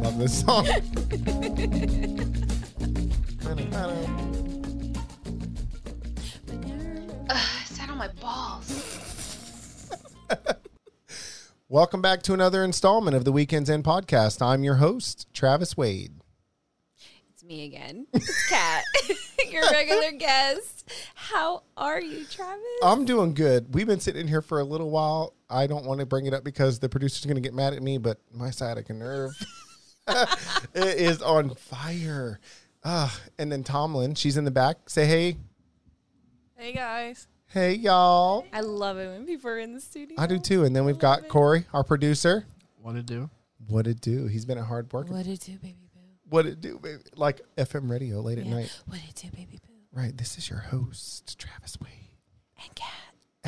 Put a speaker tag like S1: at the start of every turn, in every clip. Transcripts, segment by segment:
S1: love this song.
S2: Ugh, it Uh, sat on my balls.
S1: Welcome back to another installment of the Weekends End podcast. I'm your host, Travis Wade.
S3: It's me again. It's Kat, your regular guest. How are you, Travis?
S1: I'm doing good. We've been sitting here for a little while. I don't want to bring it up because the producer's going to get mad at me, but my sciatica nerve it is on fire. Ah, and then Tomlin, she's in the back. Say hey,
S4: Hey guys.
S1: hey y'all.
S3: I love it when people are in the studio.
S1: I do too. And then we've got Corey, our producer.
S5: What to do?
S1: What it do? He's been at hard work.
S3: What it do, baby boo?
S1: What it do, baby? Like FM radio late at
S3: Yeah.
S1: night.
S3: What it do, baby boo?
S1: Right. This is your host, Travis Wade.
S3: And Kat.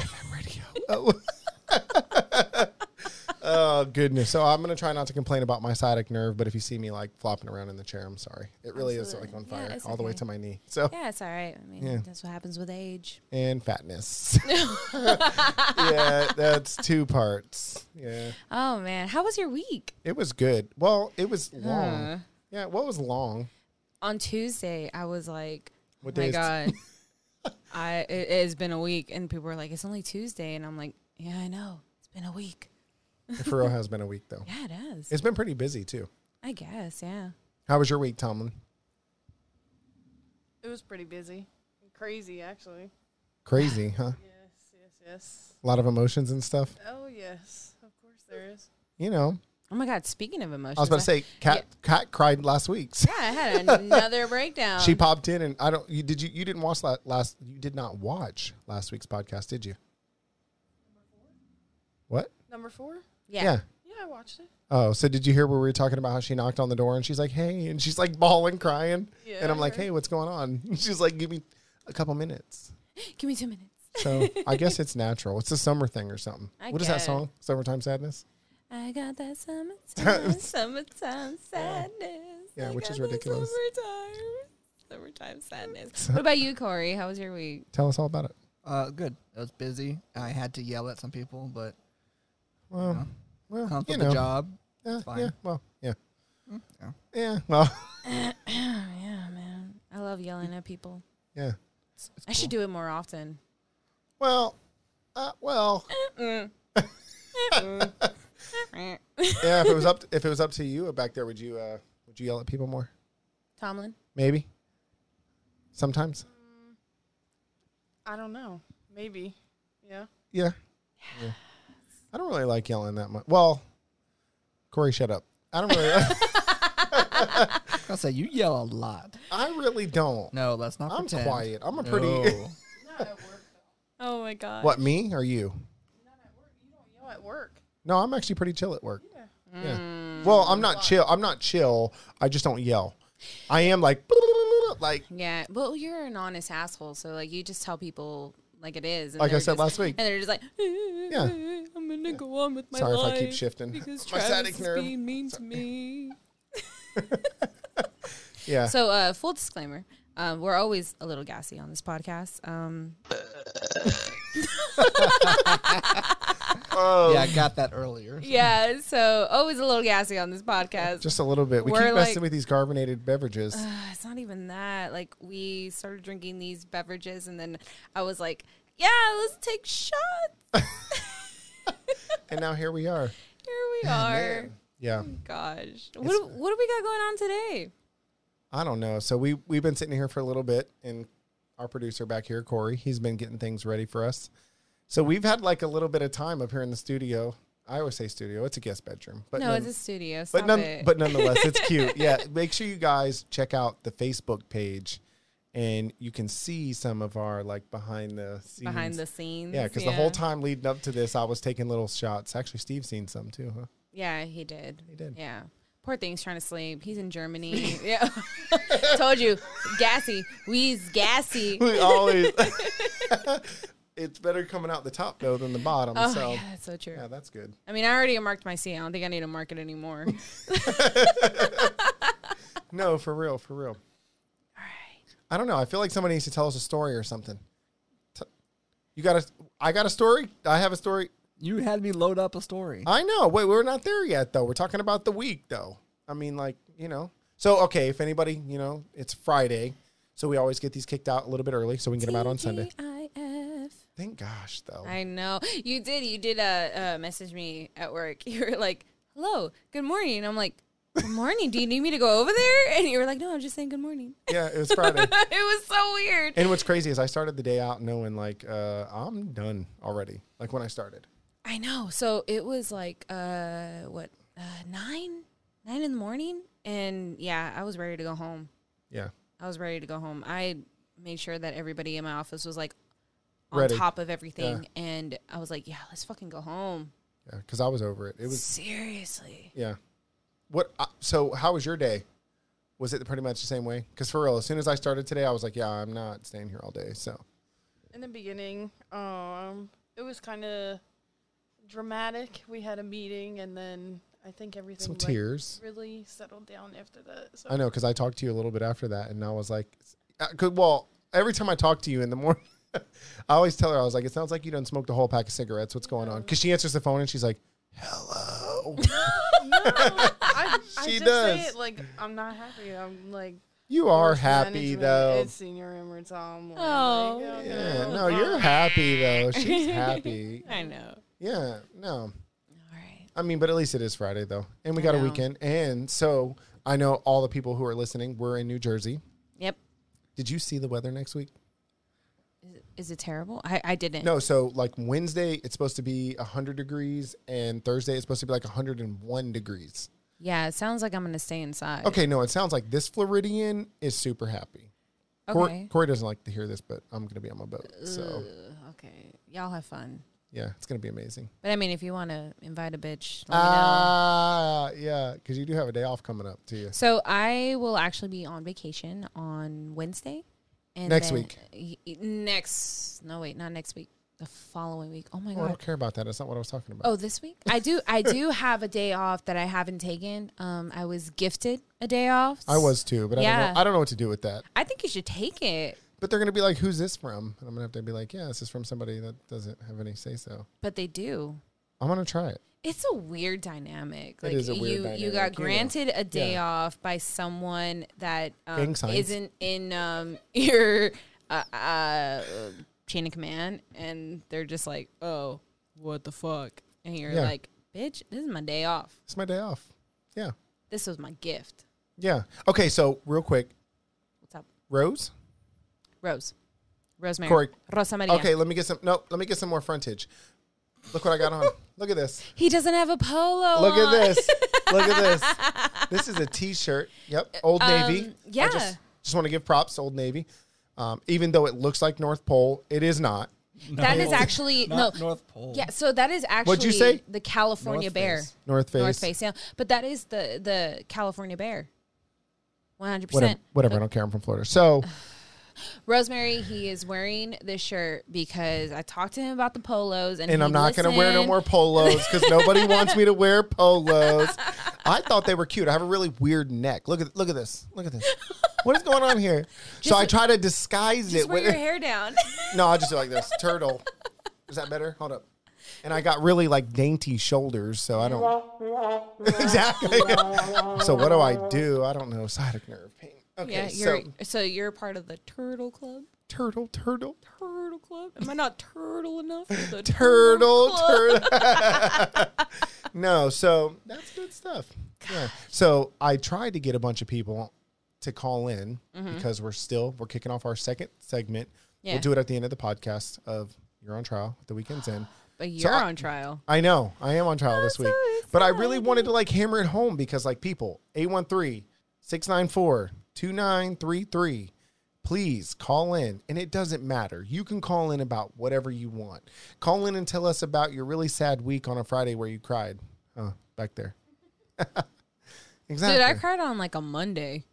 S1: FM radio. oh. Oh, goodness. So I'm going to try not to complain about my sciatic nerve, but if you see me like flopping around in the chair, I'm sorry. It really is
S3: Absolutely.
S1: like on
S3: Yeah,
S1: fire
S3: it's
S1: all the way
S3: okay.
S1: to my knee. So,
S3: Yeah, it's all right. I mean,
S1: Yeah.
S3: that's what happens with age.
S1: and fatness. yeah, that's two parts. Yeah.
S3: Oh man, how was your week?
S1: It was good. Well, it was
S3: Uh.
S1: long.
S3: Huh.
S1: Yeah, what was long?
S3: On Tuesday, I was like,
S1: What
S3: Oh "My
S1: is t-
S3: God, I it, it's been a week," and people were like, "It's only Tuesday," and I'm like, "Yeah, I know. It's been a week.
S1: For real has been a week though.
S3: Yeah, it has.
S1: It's been pretty busy too.
S3: I guess. Yeah.
S1: How was your week, Tomlin?
S4: It was pretty busy. Crazy actually.
S1: Crazy, huh?
S4: Yes, yes, yes.
S1: A lot of emotions and stuff.
S4: Oh yes. Of course there is.
S1: You know,
S3: Oh my God. Speaking of emotions,
S1: I was about to say, Cat Cat cried last week.
S3: Yeah, I had another breakdown.
S1: She popped in, and I don't. You, did you? You didn't watch la- last. You did not watch last week's podcast, did you? What?
S4: Number 4?
S3: yeah.
S4: Yeah, I watched it.
S1: Oh, so did you hear where we were talking about how she knocked on the door and she's like, "Hey," and she's like bawling, crying,
S4: Yeah,
S1: and I'm
S4: I
S1: like,
S4: heard.
S1: "Hey, what's going on?" She's like, "Give me a couple minutes."
S3: Give me two minutes.
S1: So I guess it's natural. It's a summer thing or something.
S3: I
S1: what is that
S3: get it.
S1: song? Summertime sadness.
S3: I got that summertime, summertime sadness.
S1: Yeah,
S3: I
S1: which is
S3: got that
S1: ridiculous.
S3: Summertime, summertime sadness. What about you, Corey? How was your week?
S1: Tell us all about it.
S5: Uh, good. I was busy. I had to yell at some people, but
S1: Well,
S5: No.
S1: well,
S5: comes
S1: you
S5: with
S1: know,
S5: the job.
S1: Yeah,
S5: fine. Mm,
S1: yeah, well, yeah,
S5: yeah.
S1: yeah, well,
S3: Oh yeah, man. I love yelling at people.
S1: yeah,
S5: It's, it's
S3: I should do it more often.
S1: well, uh, well, yeah. If it was up, if it was up to you back there, would you, uh, would you yell at people more?
S3: Tomlin,
S1: Maybe. Sometimes.
S4: I don't know. Maybe. Yeah.
S1: Yeah. yeah. I don't really like yelling that much. Well, Corey, shut up. I don't really.
S5: cool. I'll say you yell a lot.
S1: I really don't.
S5: No, let's not
S1: I'm
S5: pretend.
S1: quiet. I'm a pretty-
S5: No.
S3: Oh my god.
S1: What me or you?
S4: You know, at work.
S1: No, I'm actually pretty chill at work.
S4: Yeah.
S1: Yeah. Well, I'm
S3: Mm.
S1: not chill. I'm not chill. I just don't yell. I am like, like,
S3: Yeah. Well, you're an honest asshole, so like you just tell people like it is. and
S1: like I
S3: they're
S1: said
S3: just-
S1: last week.
S3: And they're just like, I'm gonna go on with my
S1: Sorry if
S3: life
S1: I keep shifting.
S3: because
S1: My
S3: Travis
S1: static
S3: is
S1: nerve.
S3: being mean to me.
S1: Yeah.
S3: So, uh, full disclaimer, um, we're always a little gassy on this podcast. Um,
S1: oh,
S5: Yeah, I got that earlier.
S3: yeah, so always a little gassy on this podcast.
S1: just a little bit. We keep
S3: We're
S1: messing
S3: like-
S1: with these carbonated beverages.
S3: Uh, it's not even that. Like we started drinking these beverages, and then I was like, "Yeah, let's take shots."
S1: and now here we are.
S3: Here we are.
S1: Yeah.
S3: Hmm. Gosh, what do, what do we got going on today?
S1: I don't know. So we we've been sitting here for a little bit, and our producer back here, Corey, he's been getting things ready for us. So we've had like a little bit of time up here in the studio. I always say studio; it's a guest bedroom, but
S3: no,
S1: none-
S3: it's a studio. Stop
S1: but none,
S3: it.
S1: but nonetheless, it's cute. Yeah, make sure you guys check out the Facebook page, and you can see some of our like behind the scenes.
S3: behind the scenes,
S1: yeah, because the whole time leading up to this, I was taking little shots. Actually, Steve's seen some too, huh?
S3: yeah, he did. He
S1: did.
S3: Yeah. Poor thing's trying to sleep. He's in Germany. yeah, told you, gassy. We's gassy.
S1: We always. it's better coming out the top though than the bottom.
S3: Oh,
S1: so
S3: yeah, that's so true.
S1: yeah, that's good.
S3: I mean, I already marked my C. I don't think I need to mark it anymore. All
S1: No, for real, for real.
S3: right.
S1: I don't know. I feel like somebody needs to tell us a story or something. T- You got a? I got a story. I have a story.
S5: You had me load up a story.
S1: I know. Wait, we're not there yet though. We're talking about the week though. I mean, like, you know. So, okay, if anybody, you know, it's Friday. So we always get these kicked out a little bit early so we can get them out on
S3: E
S1: Sunday.
S3: TGIF.
S1: Thank gosh, though.
S3: I know you did. You did uh, uh, message me at work. You were like, "Hello, good morning." And I'm like, "Good morning. Do you need me to go over there?" And you were like, "No, I'm just saying good morning."
S1: yeah, it was Friday.
S3: it was so weird.
S1: and what's crazy is I started the day out knowing, like, uh, I'm done already. Like, when I started.
S3: I know. So it was like uh what uh nine nine in the morning, and yeah, I was ready to go home.
S1: Yeah.
S3: I was ready to go home. I made sure that everybody in my office was like on
S1: Ready.
S3: top of everything, and I was like, yeah, let's fucking go home.
S1: Yeah. Cause I was over it. It was,
S3: Seriously.
S1: yeah. What, uh, so how was your day? Was it pretty much the same way? Cause for real, as soon as I started today, I was like, yeah, I'm not staying here all day. So,
S4: In the beginning, um, it was kind of dramatic. We had a meeting, and then I think everything
S1: some
S4: like,
S1: tears.
S4: really settled down after that. So
S1: I know because I talked to you a little bit after that, and I was like, uh, good. Well, every time I talk to you in the morning, I always tell her I was like, it sounds like you done smoked a whole pack of cigarettes. What's going on? Because she answers the phone and she's like, hello.
S4: No, I, I
S1: She
S4: just say
S1: does.
S4: it like I'm not happy. I'm like
S1: you are
S4: worst
S1: happy
S4: management
S1: though.
S4: It's senior Emirates. I'm like,
S3: Oh.
S4: like, okay.
S1: yeah, no, you're happy though. She's happy.
S3: I know.
S1: Yeah, no.
S3: All right.
S1: I mean, but at least it is Friday though, and we
S3: I
S1: got a
S3: know.
S1: weekend, and so I know all the people who are listening. We're in New Jersey.
S3: Yep.
S1: Did you see the weather next week?
S3: Is it, is it terrible? I, I didn't.
S1: No, so like Wednesday, it's supposed to be 100 degrees, and Thursday, it's supposed to be like 101 degrees.
S3: Yeah, it sounds like I'm gonna stay inside.
S1: Okay, no, it sounds like this Floridian is super happy. Cor-
S3: Okay.
S1: Corey doesn't like to hear this, but I'm going to be on my boat. So,
S3: Ugh, okay. Y'all have fun.
S1: yeah, it's going to be amazing.
S3: But I mean, if you want to invite a bitch, let
S1: Uh,
S3: me know.
S1: Ah, yeah, because you do have a day off coming up, to you?
S3: So I will actually be on vacation on Wednesday. And
S1: Next
S3: then-
S1: week.
S3: y- y- Next. No, wait, not next week. The following week. Oh
S1: Oh,
S3: my
S1: I
S3: god.
S1: don't care about that. That's not what I was talking about.
S3: Oh, this week I do. I do have a day off that I haven't taken. Um, I was gifted a day off.
S1: I was too, but I,
S3: Oh, Yeah.
S1: don't know, I don't know what to do with that.
S3: I think you should take it,
S1: But they're going to be like, who's this from? And I'm going to have to be like, yeah, this is from somebody that doesn't have any say so.
S3: but they do.
S1: I'm going to try it.
S3: It's a weird dynamic. Like
S1: is a weird
S3: you, you
S1: dynamic,
S3: got
S1: you know.
S3: granted a day
S1: Yeah.
S3: off by someone that um,
S1: Gang signs.
S3: isn't in um, your uh, uh, chain of command, and they're just like, "Oh, what the fuck?" And you're
S1: Yeah.
S3: like, "Bitch, this is my day off.
S1: It's my day off. Yeah.
S3: This was my gift."
S1: Yeah. Okay. So real quick,
S3: What's up,
S1: Rose.
S3: Rose? Rosemary.
S1: Corey.
S3: Rosa Maria.
S1: Okay. Let me get some. No. Let me get some more frontage. Look what I got on. Look at this.
S3: He doesn't have a polo.
S1: Look at
S3: on.
S1: this. Look at this. This is a T-shirt. Yep. Old Navy.
S3: Um,
S1: I
S3: yeah.
S1: just just want to give props, to Old Navy. Um, even though it looks like North Pole, it is not.
S3: That is actually
S5: Not
S3: no.
S5: North Pole.
S3: Yeah, so that is actually
S1: you say?
S3: the California
S5: North
S3: bear.
S5: Face.
S1: North Face.
S3: North Face, yeah. But that is the the California bear. One hundred
S1: Whatever.
S3: percent.
S1: Whatever. I don't care. I'm from Florida. So
S3: Rosemary, he is wearing this shirt because I talked to him about the polos, and,
S1: and I'm
S3: he
S1: not going to wear no
S3: listened.
S1: more polos because nobody wants me to wear polos. I thought they were cute. I have a really weird neck. Look at look at this. Look at this. What is going on here? so I try to disguise
S3: Just
S1: it.
S3: wear
S1: with
S3: your hair down.
S1: No, I'll just do like this. Turtle. Is that better? Hold up. And I got really like dainty shoulders, so I don't exactly. so what do I do? I don't know. Sciatic nerve pain. Okay,
S3: yeah,
S1: so
S3: you're so, you're part of the turtle club.
S1: turtle, turtle,
S3: Turtle club. Am I not turtle enough? for the
S1: turtle,
S3: club?
S1: turtle. no, so that's good stuff. Yeah. So I tried to get a bunch of people to call in because we're still we're kicking off our second segment.
S3: Yeah.
S1: We'll do it at the end of the podcast of You're on Trial with the weekend's end.
S3: But
S1: So
S3: you're
S1: I-
S3: on trial.
S1: I know. I am on trial this
S3: so
S1: week. But I really wanted to like hammer it home because like people, 813-694-2933. Please call in. And it doesn't matter. You can call in about whatever you want. Call in and tell us about your really sad week on a Friday where you cried. Oh, back there. exactly.
S3: Dude, I
S1: I,
S3: cried on like a Monday.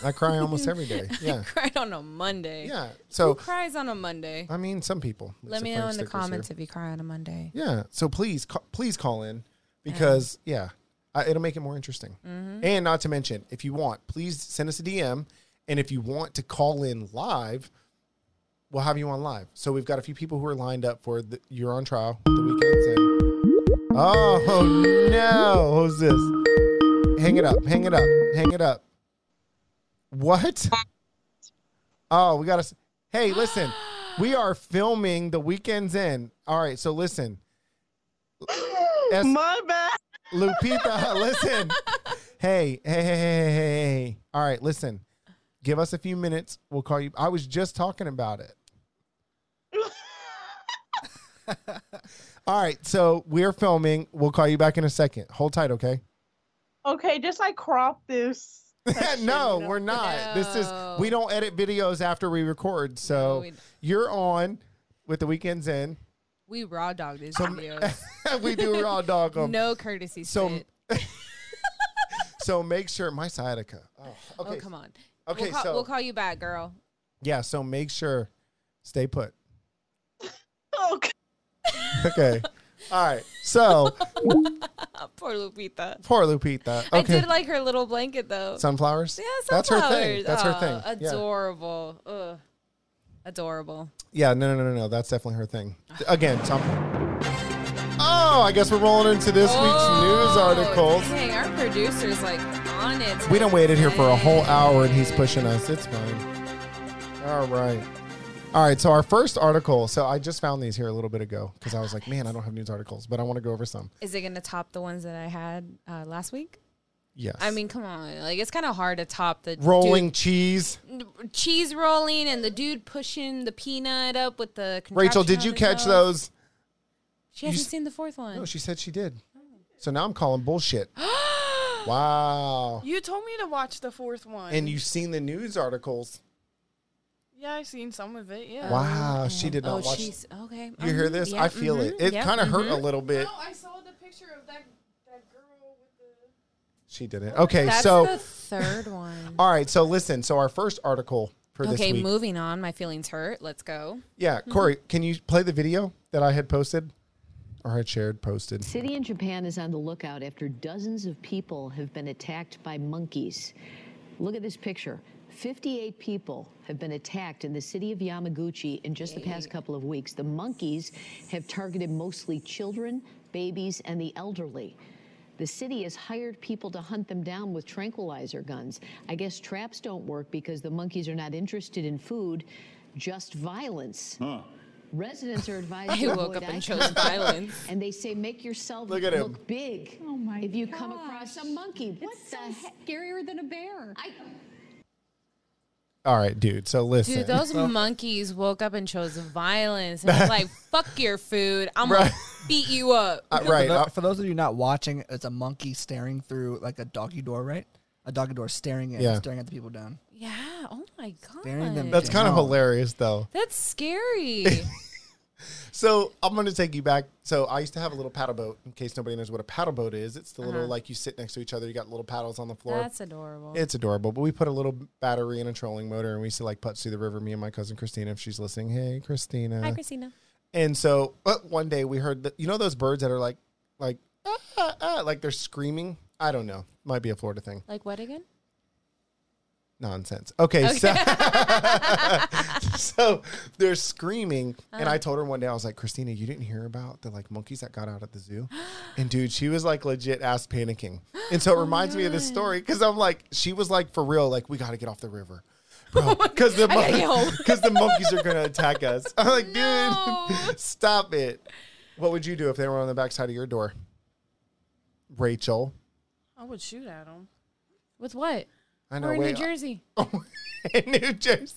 S1: cry almost every day. Yeah.
S3: cried on a Monday.
S1: Yeah. So
S3: Cries on a Monday.
S1: I mean some people.
S3: Let
S1: Lisa
S3: me know
S1: Frank
S3: in the
S1: stickers here.
S3: comments if you cry on a Monday.
S1: Yeah. So please, ca- please call in because yeah, I, it'll make it more interesting. And not to mention, if you want, please send us a DM. And if you want to call in live, we'll have you on live. So we've got a few people who are lined up for the You're on Trial the weekends. And, oh no, who's this? hang it up, hang it up, hang it up. What? Oh, we got to. Hey, listen, we are filming the weekend's end. All right, so listen. S-
S6: My bad.
S1: Lupita, listen. Hey, hey, hey, hey, hey, hey, hey. All right, listen. Give us a few minutes. We'll call you. I was just talking about it. All right, so we're filming. We'll call you back in a second. Hold tight, okay?
S6: Okay, just like crop this. section,
S1: no,
S6: you know?
S1: we're not. This is we don't edit videos after we record. So
S3: we-
S1: you're on with the weekends in.
S3: We raw dogged these
S1: So-
S3: videos.
S1: we do raw dog 'em.
S3: no courtesy
S1: so-
S3: shit.
S1: So make sure my sciatica. Oh, okay.
S3: Oh come on.
S1: Okay,
S3: we'll call,
S1: so
S3: we'll call you back, girl.
S1: yeah, so make sure stay put.
S6: Okay.
S1: Okay. All right. So
S3: Poor Lupita.
S1: poor Lupita.
S3: I
S1: Okay.
S3: did like her little blanket though.
S1: sunflowers.
S3: yeah,
S1: That's her thing.
S3: sunflowers.
S1: That's her
S3: Aw,
S1: thing. Yeah.
S3: Adorable. Ugh. Adorable.
S1: Yeah, no, no, no, no, no. That's definitely her thing. Again, some. Oh, I guess we're rolling into this
S3: Oh,
S1: week's news articles.
S3: Dang, our producer's like on it.
S1: We done waited here for a whole
S3: today.
S1: hour and he's pushing us. It's fine. All right. All right. So our first article. So I just found these here a little bit ago because I was like, man, I don't have news articles, but I want to go over some.
S3: Is it gonna top the ones that I had uh, last week?
S1: Yes.
S3: I mean, come on. Like it's kind of hard to top the
S1: rolling cheese.
S3: dude- cheese rolling and the dude pushing the peanut up with the.
S1: Rachel,
S3: contraption
S1: did
S3: on
S1: you
S3: his
S1: catch
S3: nose.
S1: those?
S3: She hasn't
S1: s-
S3: seen the fourth one.
S1: No, she said she did. So now I'm calling bullshit. wow.
S4: You told me to watch the fourth one.
S1: And you've seen the news articles.
S4: Yeah, I seen some of it. Yeah.
S1: Wow. She did
S3: oh,
S1: not watch.
S3: she's okay.
S1: You hear
S3: mhm,
S1: this?
S3: yeah,
S1: I feel it.
S3: mhm,
S1: It
S3: yeah,
S1: kind of hurt
S3: mhm.
S1: a little bit.
S4: No, I saw the picture of that that girl with the.
S1: She did it. Okay.
S3: That's
S1: so,
S3: the third one.
S1: all right. So listen. So our first article for this
S3: okay,
S1: week.
S3: moving on. My feelings hurt. Let's go.
S1: Yeah, Corey, can you play the video that I had posted or had shared posted?
S7: City in Japan is on the lookout after dozens of people have been attacked by monkeys. Look at this picture. 58 people have been attacked in the city of Yamaguchi in just the past couple of weeks. The monkeys have targeted mostly children, babies, and the elderly. The city has hired people to hunt them down with tranquilizer guns. I guess traps don't work because the monkeys are not interested in food, just violence. Residents are advised
S3: I
S7: to
S3: woke
S7: avoid
S3: up
S7: eye
S3: and chose
S7: contact
S3: violence.
S7: and they say make yourself
S1: Look
S7: look,
S1: at him.
S7: big. Oh my If you come across a monkey, what the heck?
S8: scarier than a bear.
S7: I
S1: All right, dude. So listen. Uh,
S3: Dude, those monkeys woke up and chose violence. And was like, fuck your food. I'm
S1: Right.
S3: gonna beat you up.
S1: Uh, right.
S5: For, tho-
S1: uh,
S5: for those of you not watching, it's a monkey staring through like a doggy door, right? A doggy door staring at
S1: Yeah.
S5: staring at the people down.
S3: yeah. Oh my god.
S5: Burying them
S1: that's kind of
S5: No.
S1: hilarious though.
S3: That's scary.
S1: So, I'm going to take you back. So, I used to have a little paddle boat in case nobody knows what a paddle boat is. It's the little like you sit next to each other, you got little paddles on the floor.
S3: Uh-huh. That's adorable.
S1: It's adorable, but we put a little battery and a trolling motor, and we used to like putz through the river. Me and my cousin Christina, if she's listening, hey Christina.
S3: Hi, Christina.
S1: And so, but one day we heard that you know those birds that are like, like, ah, ah, ah, like they're screaming. I don't know. Might be a Florida thing.
S3: Like what again?
S1: nonsense. Okay, so so they're screaming, and
S3: Uh-huh.
S1: I told her one day I was like, Christina, you didn't hear about the like monkeys that got out at the zoo, and dude, she was like legit ass panicking, and
S3: Oh
S1: so it reminds me of this story because I'm like, she was like for real, like we got to get off the river.
S3: Oh
S1: Bro, because the,
S3: gotta get home.
S1: because the monkeys are gonna attack us. I'm like, dude, stop it. What would you do if they were on the backside of your door, Rachel?
S4: I would shoot at him.
S3: With what?
S1: I
S3: We're in
S1: wait,
S3: New Jersey.
S1: in New Jersey.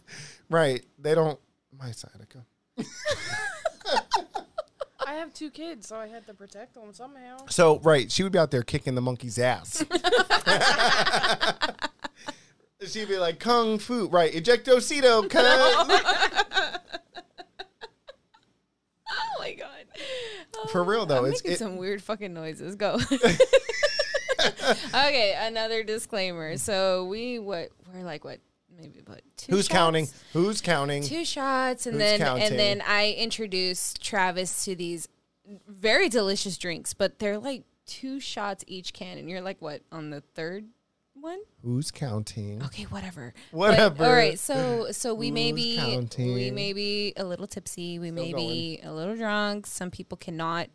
S1: Right. They don't. My sciatica.
S4: I have two kids, so I had to protect them somehow.
S1: So, right. She would be out there kicking the monkey's ass. She'd be like, Kung Fu. Right. Ejectocito. Cuz.
S3: Oh my god. Oh
S1: For
S3: my
S1: real,
S3: God.
S1: though,
S3: I'm
S1: it's-
S3: making
S1: it-
S3: some weird fucking noises. Go. okay, another disclaimer. So we what we're like what maybe about two.
S1: Who's
S3: shots?
S1: counting? Who's counting?
S3: Two shots, and
S1: Who's
S3: then
S1: counting?
S3: and then I introduced Travis to these very delicious drinks, but they're like two shots each can, and you're like what on the third one?
S1: Who's counting?
S3: Okay, whatever. But-
S1: Whatever.
S3: all right, so so we may
S1: Who's
S3: be
S1: counting?
S3: we may be a little tipsy, we may be a little drunk. Some people cannot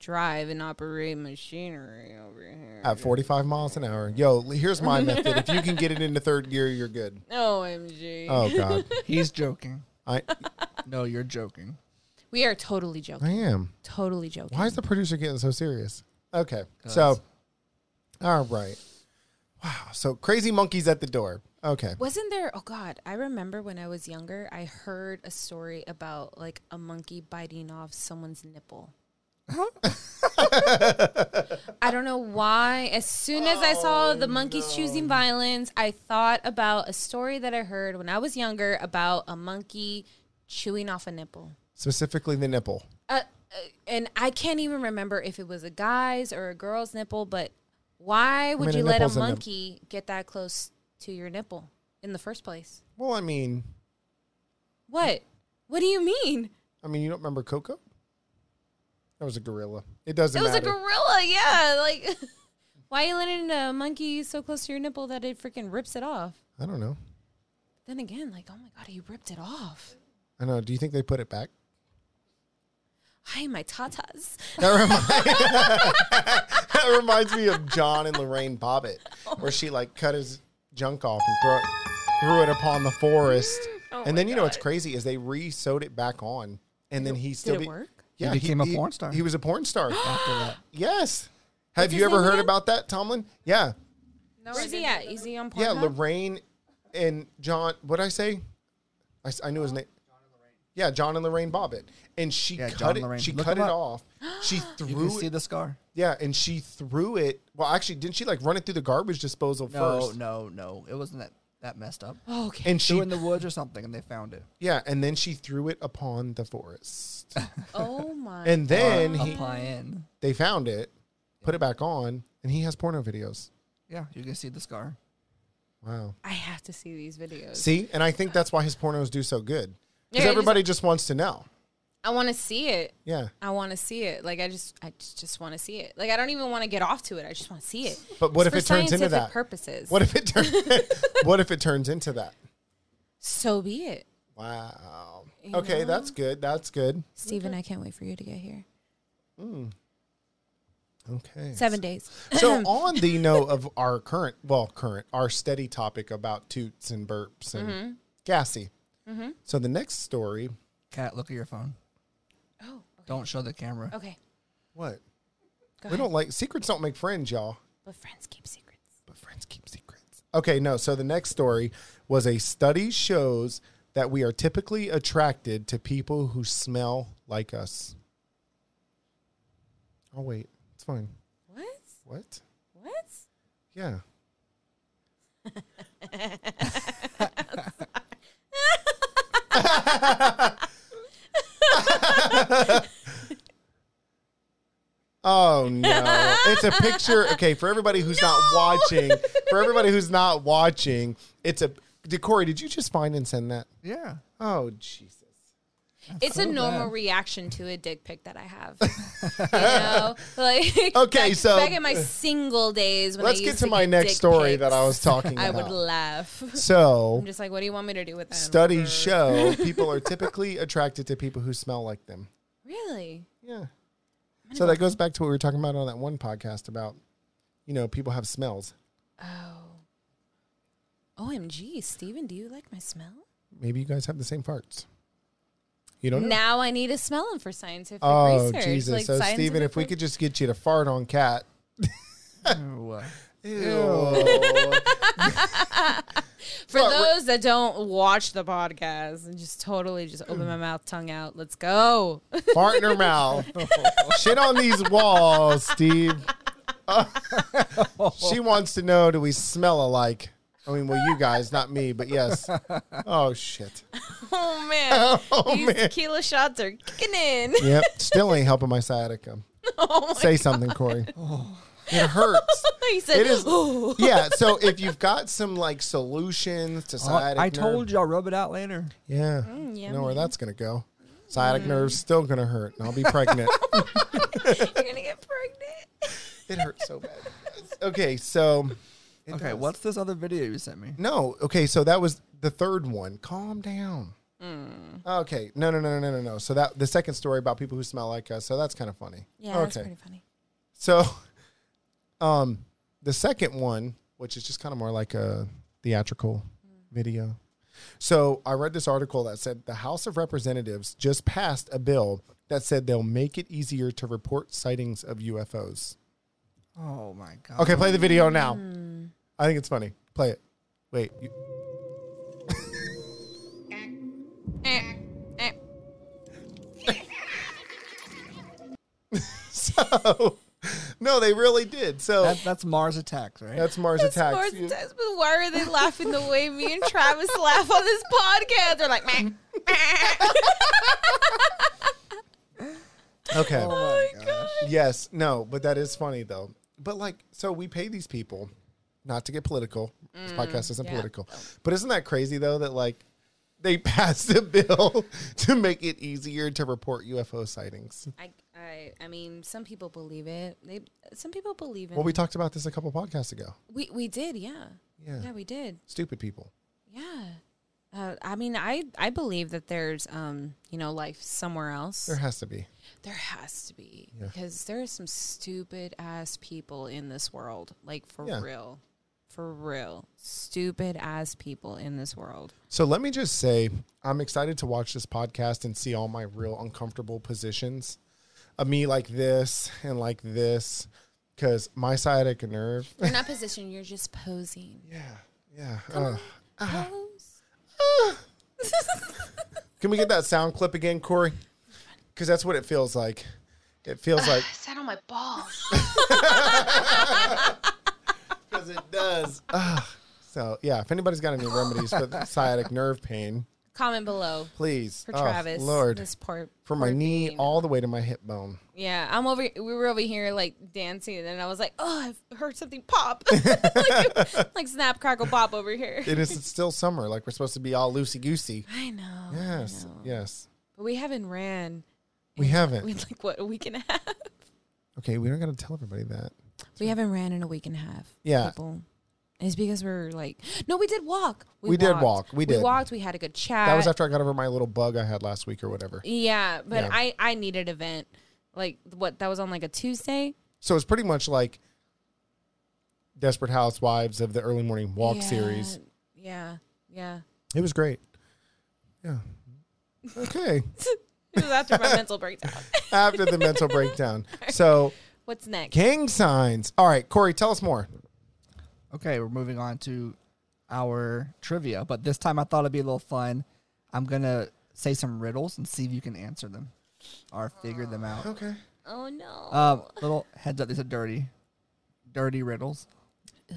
S3: drive and operate machinery over here.
S1: At 45 miles an hour. Yo, here's my method. If you can get it into third gear, you're good.
S3: OMG.
S1: Oh, God.
S5: He's joking.
S1: I,
S5: No, you're joking.
S3: We are totally joking.
S1: I am.
S3: Totally joking.
S1: Why is the producer getting so serious? Okay. So, all right. Wow. So, crazy monkeys at the door. Okay.
S3: Wasn't there? Oh God, I remember when I was younger, I heard a story about like a monkey biting off someone's nipple. I don't know why. As soon as I
S1: Oh,
S3: saw the monkeys choosing violence, I thought about a story that I heard when I was younger about a monkey chewing off a nipple.
S1: Specifically, the nipple.
S3: Uh, uh, and I can't even remember if it was a guy's or a girl's nipple, but why would
S1: mean, a
S3: you let a
S1: nipple's a nip-
S3: monkey get that close to your nipple in the first place?
S1: Well, I mean,
S3: What? What do you mean?
S1: I mean, you don't remember Coco? That was a gorilla. It doesn't
S3: It was a
S1: matter.
S3: gorilla, yeah. Like, why are you letting a monkey so close to your nipple that it freaking rips it off?
S1: I don't know.
S3: Then again, like, oh my god, he ripped it off.
S1: I know. Do you think they put it back?
S3: Hi, my tatas.
S1: That, remind- that reminds me of John and Lorraine Bobbitt, where she like cut his junk off and throw it, threw it upon the forest.
S3: Oh
S1: and then you know what's crazy is they re-sewed it back on, and then he still
S3: it
S1: be-
S3: work?
S1: Yeah,
S5: He became a porn star.
S1: He was a porn star.
S5: After that.
S1: yes. Have
S3: his
S1: you ever
S3: name
S1: heard
S3: again?
S1: about that, Tomlin? Yeah,
S4: No,
S3: Where's he at? Is he on Pornhub?
S1: yeah. Lorraine and John. What I say? I, s- I knew his name. Yeah, John and Lorraine Bobbitt, and she
S5: Yeah,
S1: cut
S5: John
S1: it.
S5: Lorraine.
S1: She
S5: Look
S1: cut it
S5: him up.
S1: off. She
S5: You
S1: threw
S5: can
S1: it.
S5: see the scar.
S1: Yeah, and she threw it. Well, actually, didn't she like run it through the garbage disposal
S5: No,
S1: first?
S5: no, no. It wasn't that, that messed up.
S3: Oh, okay.
S1: And
S5: They
S1: she,
S5: were in the woods or something and they found it.
S1: yeah, and then she threw it upon the forest.
S3: oh my.
S1: And then he,
S5: Apply in.
S1: they found it, put it back on, and he has porno videos.
S5: Yeah, you can see the scar.
S1: Wow.
S3: I have to see these videos.
S1: See, and I think that's why his pornos do so good because
S3: Yeah, I
S1: everybody just, wants to know.
S3: I want to see it.
S1: Yeah,
S3: I want to see it. Like I just, I just, just want to see it. Like I don't even want to get off to it. I just want to see it.
S1: but what
S3: It's
S1: if it
S3: for
S1: turns into
S3: scientific
S1: that?
S3: Purposes.
S1: What if it turns? what if it turns into that?
S3: so be it,
S1: Wow. Okay, that's good. That's good.
S3: Steven, I can't wait for you to get here.
S1: Okay.
S3: Seven days.
S1: So on the note of our current, well, current, our steady topic about toots and burps and
S3: Mm-hmm.
S1: gassy. So the next story,
S5: Cat, look at your phone.
S3: Oh, okay. Oh.
S5: Don't show the camera.
S3: Okay.
S1: what
S3: Go
S1: we
S3: ahead.
S1: don't like secrets don't make friends, y'all,
S3: But friends keep secrets.
S1: but friends keep secrets. Okay, no. So the next story was a study shows that we are typically attracted to people who smell like us. Oh wait, it's fine.
S3: What?
S1: What?
S3: What?
S1: Yeah. oh no. It's a picture. Okay, for everybody who's not watching, for everybody who's not watching, it's a did Corey, did you just find and send that?
S5: Yeah.
S1: Oh Jesus.
S3: It's a
S5: so
S3: normal
S5: bad.
S3: reaction to a dick pic that I have. you know, like
S1: Okay,
S3: back,
S1: so-
S3: back in my single days. When I
S1: Let's get
S3: used
S1: to my next
S3: dick
S1: story
S3: pics,
S1: that I was talking
S3: I would
S1: about.
S3: laugh.
S1: So
S3: I'm just like, what do you want me to do with that?
S1: studies show people are typically attracted to people who smell like them.
S3: Really?
S1: Yeah. So that goes back to what we were talking about on that one podcast about, you know, people have smells.
S3: Oh. Omg, Steven, do you like my smell?
S1: Maybe you guys have the same farts. You don't know.
S3: Now I need to smell him for scientific
S1: Oh
S3: research.
S1: Jesus!
S3: Like
S1: so Steven,
S3: scientific
S1: if we
S3: re-
S1: could just get you to fart on cat.
S5: Ew.
S3: For
S1: Well, we're-
S3: those that don't watch the podcast and just totally just open my mouth, tongue out, let's go.
S1: fart in her mouth. Shit on these walls, Steve. she wants to know: Do we smell alike? I mean, well, you guys, not me, but yes. Oh shit.
S3: Oh man,
S1: Oh
S3: these
S1: man.
S3: tequila shots are kicking in.
S1: Yep. Still ain't helping my sciatica.
S3: Oh
S1: Say something, Corey. Oh, It hurts.
S3: he said, "Oh,
S1: It is-
S3: "Ooh."
S1: yeah. So if you've got some like solutions to sciatic,
S5: I
S1: nerve-
S5: told you I'll rub it out later.
S1: Yeah, Oh, you Mm. know where that's gonna go. Sciatic nerve's still gonna hurt, and I'll be pregnant.
S3: "You're gonna get pregnant."
S1: it hurts so bad. Okay, so it
S5: Okay,
S1: does.
S5: what's this other video you sent me?
S1: no? Okay, so that was the third one. Calm down. Mm. Okay. No, no, no, no, no, no. So that the second story about people who smell like us. So that's kind of funny.
S3: Yeah,
S1: Okay.
S3: that's pretty funny.
S1: So, um, the second one, which is just kind of more like a theatrical video. So I read this article that said the House of Representatives just passed a bill that said they'll make it easier to report sightings of UFOs.
S5: Oh my god.
S1: Okay, play the video now. I think it's funny. Play it. Wait. You, so, no, they really did. So
S5: That, that's Mars attacks, right?
S1: that's Mars attacks.
S3: Lord's
S1: You-
S3: test, but why are they laughing the way me and Travis laugh on this podcast? They're like, meh, meh.
S1: Okay.
S5: oh my gosh.
S1: Yes, no, but that is funny though. But like, so we pay these people not to get political. This podcast isn't political, but isn't that crazy though that like they passed a bill to make it easier to report UFO sightings?
S3: I, I, I mean, some people believe it. They, some people believe in.
S1: Well, we
S3: it.
S1: talked about this a couple podcasts ago.
S3: we, we did, yeah,
S1: Yeah,
S3: yeah, we did,
S1: stupid people.
S3: yeah. Uh, I mean, I, I believe that there's, um, you know, life somewhere else.
S1: There has to be.
S3: There has to be
S1: Yeah.
S3: because there are some stupid ass people in this world. Like for
S1: Yeah.
S3: real, for real, stupid ass people in this world.
S1: So let me just say, I'm excited to watch this podcast and see all my real uncomfortable positions of me like this and like this because my sciatic nerve.
S3: You're not positioned. You're just posing.
S1: Yeah, yeah. uh. Ugh.
S3: Uh-huh. Pose.
S1: Can we get that sound clip again, Corey? Because that's what it feels like. It feels like
S2: Sat on my balls.
S1: because it does. Ugh. Ah. so yeah, if anybody's got any remedies for the sciatic nerve pain,
S3: Comment below
S1: please.
S3: for
S1: Oh,
S3: Travis.
S1: Lord,
S3: this poor
S1: from my
S3: poor
S1: knee
S3: being.
S1: all the way to my hip bone.
S3: Yeah, I'm over. We were over here like dancing, and I was like, "Oh, I've heard something pop!" like, like snap, crackle, pop over here.
S1: It is it's still summer, like we're supposed to be all loosey goosey.
S3: I know.
S1: Yes, yes.
S3: but we haven't ran.
S1: We
S3: We
S1: haven't.
S3: like what a week and a half.
S1: Okay, we don't got to tell everybody that.
S3: We haven't ran in a week and a half.
S1: Yeah.
S3: people. It's because we're like, no, we did walk.
S1: We did
S3: walked.
S1: walk. We did.
S3: We walked. We had a good chat.
S1: That was after I got over my little bug I had last week or whatever.
S3: yeah, but
S1: Yeah.
S3: I I needed a vent. Like what? That was on like a Tuesday.
S1: So it's pretty much like Desperate Housewives of the early morning walk
S3: Yeah.
S1: series.
S3: Yeah, yeah.
S1: It was great. Yeah. Okay.
S3: It was after my mental breakdown.
S1: After the mental breakdown. So,
S3: What's next?
S1: gang signs. All right, Corey, tell us more.
S5: Okay, we're moving on to our trivia, but this time I thought it'd be a little fun. I'm gonna say some riddles and see if you can answer them or figure them out.
S1: Okay.
S3: Oh no.
S5: Um, little heads up, these are dirty, dirty riddles.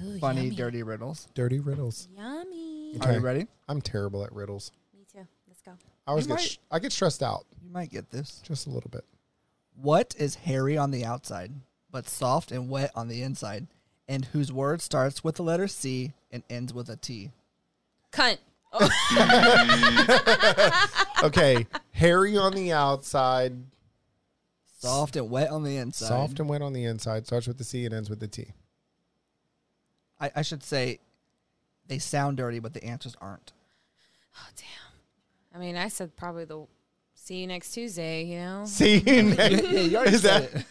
S3: Ooh,
S5: Funny,
S3: yummy.
S5: dirty riddles.
S1: Dirty riddles.
S3: Yummy.
S5: Are
S1: Okay.
S5: you ready?
S1: I'm terrible at riddles.
S3: Me too. Let's go.
S1: I always
S5: You
S1: get
S5: might-
S1: sh- I get stressed out
S5: You might get this.
S1: just a little bit.
S5: What is hairy on the outside, but soft and wet on the inside, and whose word starts with the letter C and ends with a T?
S3: Cunt. Oh,
S1: Okay. Hairy on the outside,
S5: Soft and wet on the inside.
S1: soft and wet on the inside, starts with the C and ends with the T.
S5: I, I should say, they sound dirty, but the answers aren't.
S3: oh, damn. I mean, I said probably the see you next Tuesday. You know.
S1: See you next.
S5: Yeah, you already
S1: Is
S5: said
S1: that-
S5: it.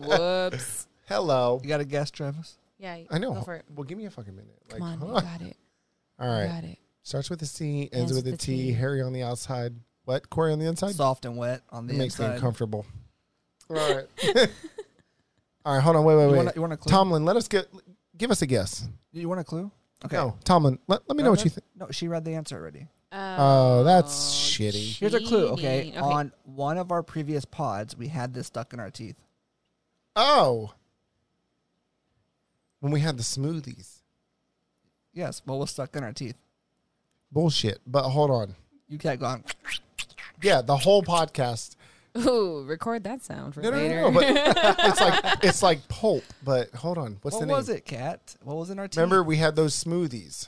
S3: Whoops.
S1: Hello.
S5: You got a guess, Travis?
S3: Yeah.
S1: I know.
S3: Go for it.
S1: Well, give me a fucking minute. Like,
S3: Come on. You
S1: huh?
S3: got it.
S1: All
S3: You
S1: right.
S3: Got it.
S1: Starts with a C, ends with a T. Hairy on the outside. What? Corey on the inside?
S5: Soft and wet on the
S1: It makes me
S5: inside.
S1: uncomfortable. All right. All right, hold on. Wait, wait,
S5: You
S1: wait.
S5: wanna- you wanna clue?
S1: Tomlin, let us get give us a guess.
S5: you want a clue? Okay.
S1: No, Tomlin, let, let me know
S5: No,
S1: what
S5: no,
S1: you think.
S5: No, she read the answer already.
S3: Uh,
S1: Oh, that's shitty.
S5: Here's a clue, okay?
S3: Cheating. Okay.
S5: On one of our previous pods, we had this stuck in our teeth.
S1: Oh. When we had the smoothies.
S5: Yes, well, it was stuck in our teeth.
S1: Bullshit. But hold on.
S5: You kept going.
S1: Yeah, the whole podcast.
S3: Ooh, record that sound for
S1: No, no,
S3: later.
S1: no, no, but it's like it's like pulp, but hold on. What's the
S5: what
S1: name?
S5: was it, Kat? What was in our teeth?
S1: Remember we had those smoothies.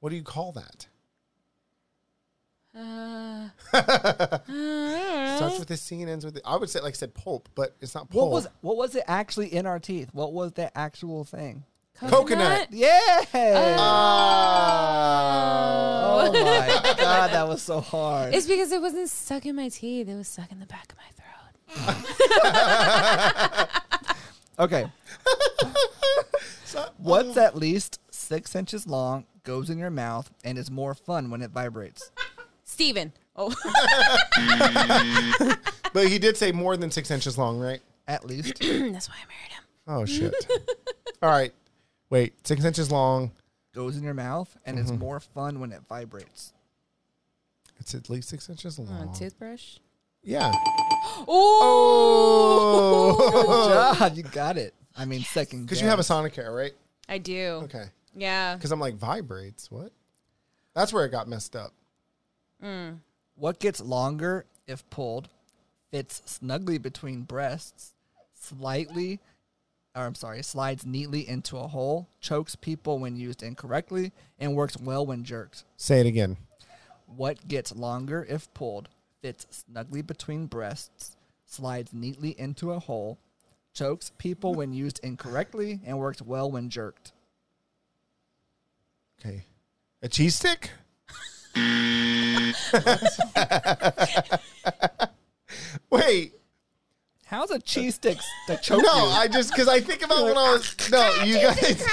S1: What do you call that?
S3: Uh,
S1: Starts with a C and ends with a- I would say like I said pulp, but it's not
S5: Hmm? What
S1: pulp.
S5: was what was it actually in our teeth? What was that actual thing?
S1: Coconut.
S3: Oh.
S5: Yeah.
S1: Ah.
S5: oh my god, that was so hard.
S3: It's because it wasn't stuck in my teeth. It was stuck in the back of my throat.
S5: Okay. What's at least six inches long, goes in your mouth, and is more fun when it vibrates?
S3: Steven. Oh.
S1: But he did say more than six inches long, right?
S5: At least.
S3: That's why I married him.
S1: Oh shit. All right. Wait, six inches long.
S5: goes in your mouth and
S1: Mm-hmm.
S5: is more fun when it vibrates.
S1: It's at least six inches
S5: Oh,
S1: long.
S3: A Oh, toothbrush.
S1: yeah.
S5: Good
S1: Oh.
S5: job. You got it. I mean, second.
S1: Because you have a sonic hair, right?
S3: I do.
S5: Oh.
S1: Okay.
S3: Yeah.
S1: Because I'm like vibrates. What? That's where it got messed up.
S5: What gets longer if pulled, fits snugly between breasts, slightly, or I'm sorry, slides neatly into a hole, chokes people when used incorrectly, and works well when jerked.
S1: Say it again.
S5: What gets longer if pulled, fits snugly between breasts, slides neatly into a hole, chokes people when used incorrectly, and works well when jerked.
S1: Okay. A cheese stick? Wait.
S5: How's a cheese stick to choke
S1: no,
S5: you?
S1: I just because I think about when I was no, you guys,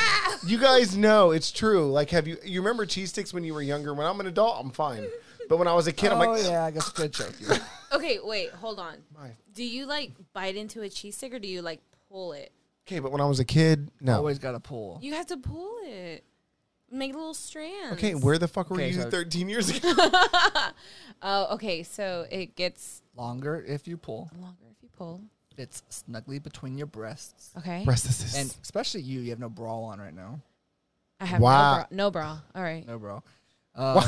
S1: you guys know it's true. Like, have you you remember cheese sticks when you were younger? When I'm an adult, I'm fine, but when I was a kid, I'm
S5: oh
S1: like,
S5: yeah, I guess it could choke you.
S3: Okay, wait, hold on.
S1: My-
S3: Do you like bite into a cheese stick or do you like pull it?
S1: okay. But when I was a kid, no.
S5: Always got to pull.
S3: You have to pull it. Make little strands.
S1: Okay, where the fuck were
S5: Okay,
S1: you
S5: so-
S1: 13 years ago?
S3: Oh, okay. So it gets
S5: Longer if you pull.
S3: longer if you pull.
S5: Fits snugly between your breasts,
S3: Okay.
S1: Breast assist.
S5: and especially you. You have no bra on right now.
S3: I have
S1: Wow.
S3: no bra. No bra. All right.
S5: No bra. Um,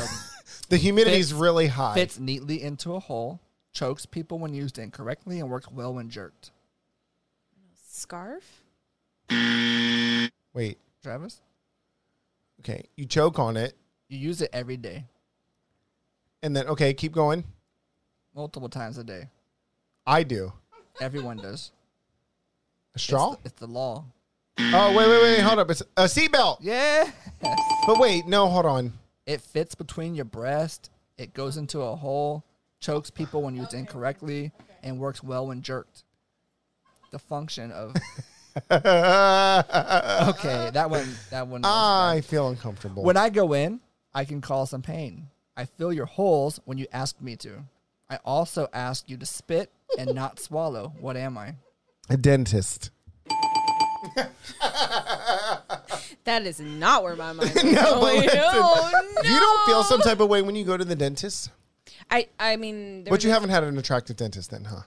S1: the humidity's
S5: fits-
S1: really high.
S5: fits neatly into a hole. Chokes people when used incorrectly and works well when jerked.
S3: Scarf?
S1: Wait,
S5: Travis,
S1: okay, you choke on it,
S5: you use it every day,
S1: and then okay, keep going.
S5: multiple times a day.
S1: I do
S5: Everyone does.
S1: a
S5: It's
S1: straw.
S5: the- It's the law.
S1: oh wait, wait, wait, hold up. It's a seatbelt.
S5: Yeah.
S1: But wait, no, hold on.
S5: It fits between your breast. It goes into a hole, chokes people when used incorrectly, and works well when jerked. The function of okay, that one, that one. was bad.
S1: I feel uncomfortable.
S5: when I go in, I can cause some pain. I fill your holes when you ask me to. I also ask you to spit and not swallow. What am I?
S1: a dentist.
S3: That is not where my mind went.
S1: No, but listen,
S3: Oh, no.
S1: you don't feel some type of way when you go to the dentist.
S3: I, I mean, there
S1: But
S3: was
S1: you haven't had an attractive dentist then, huh?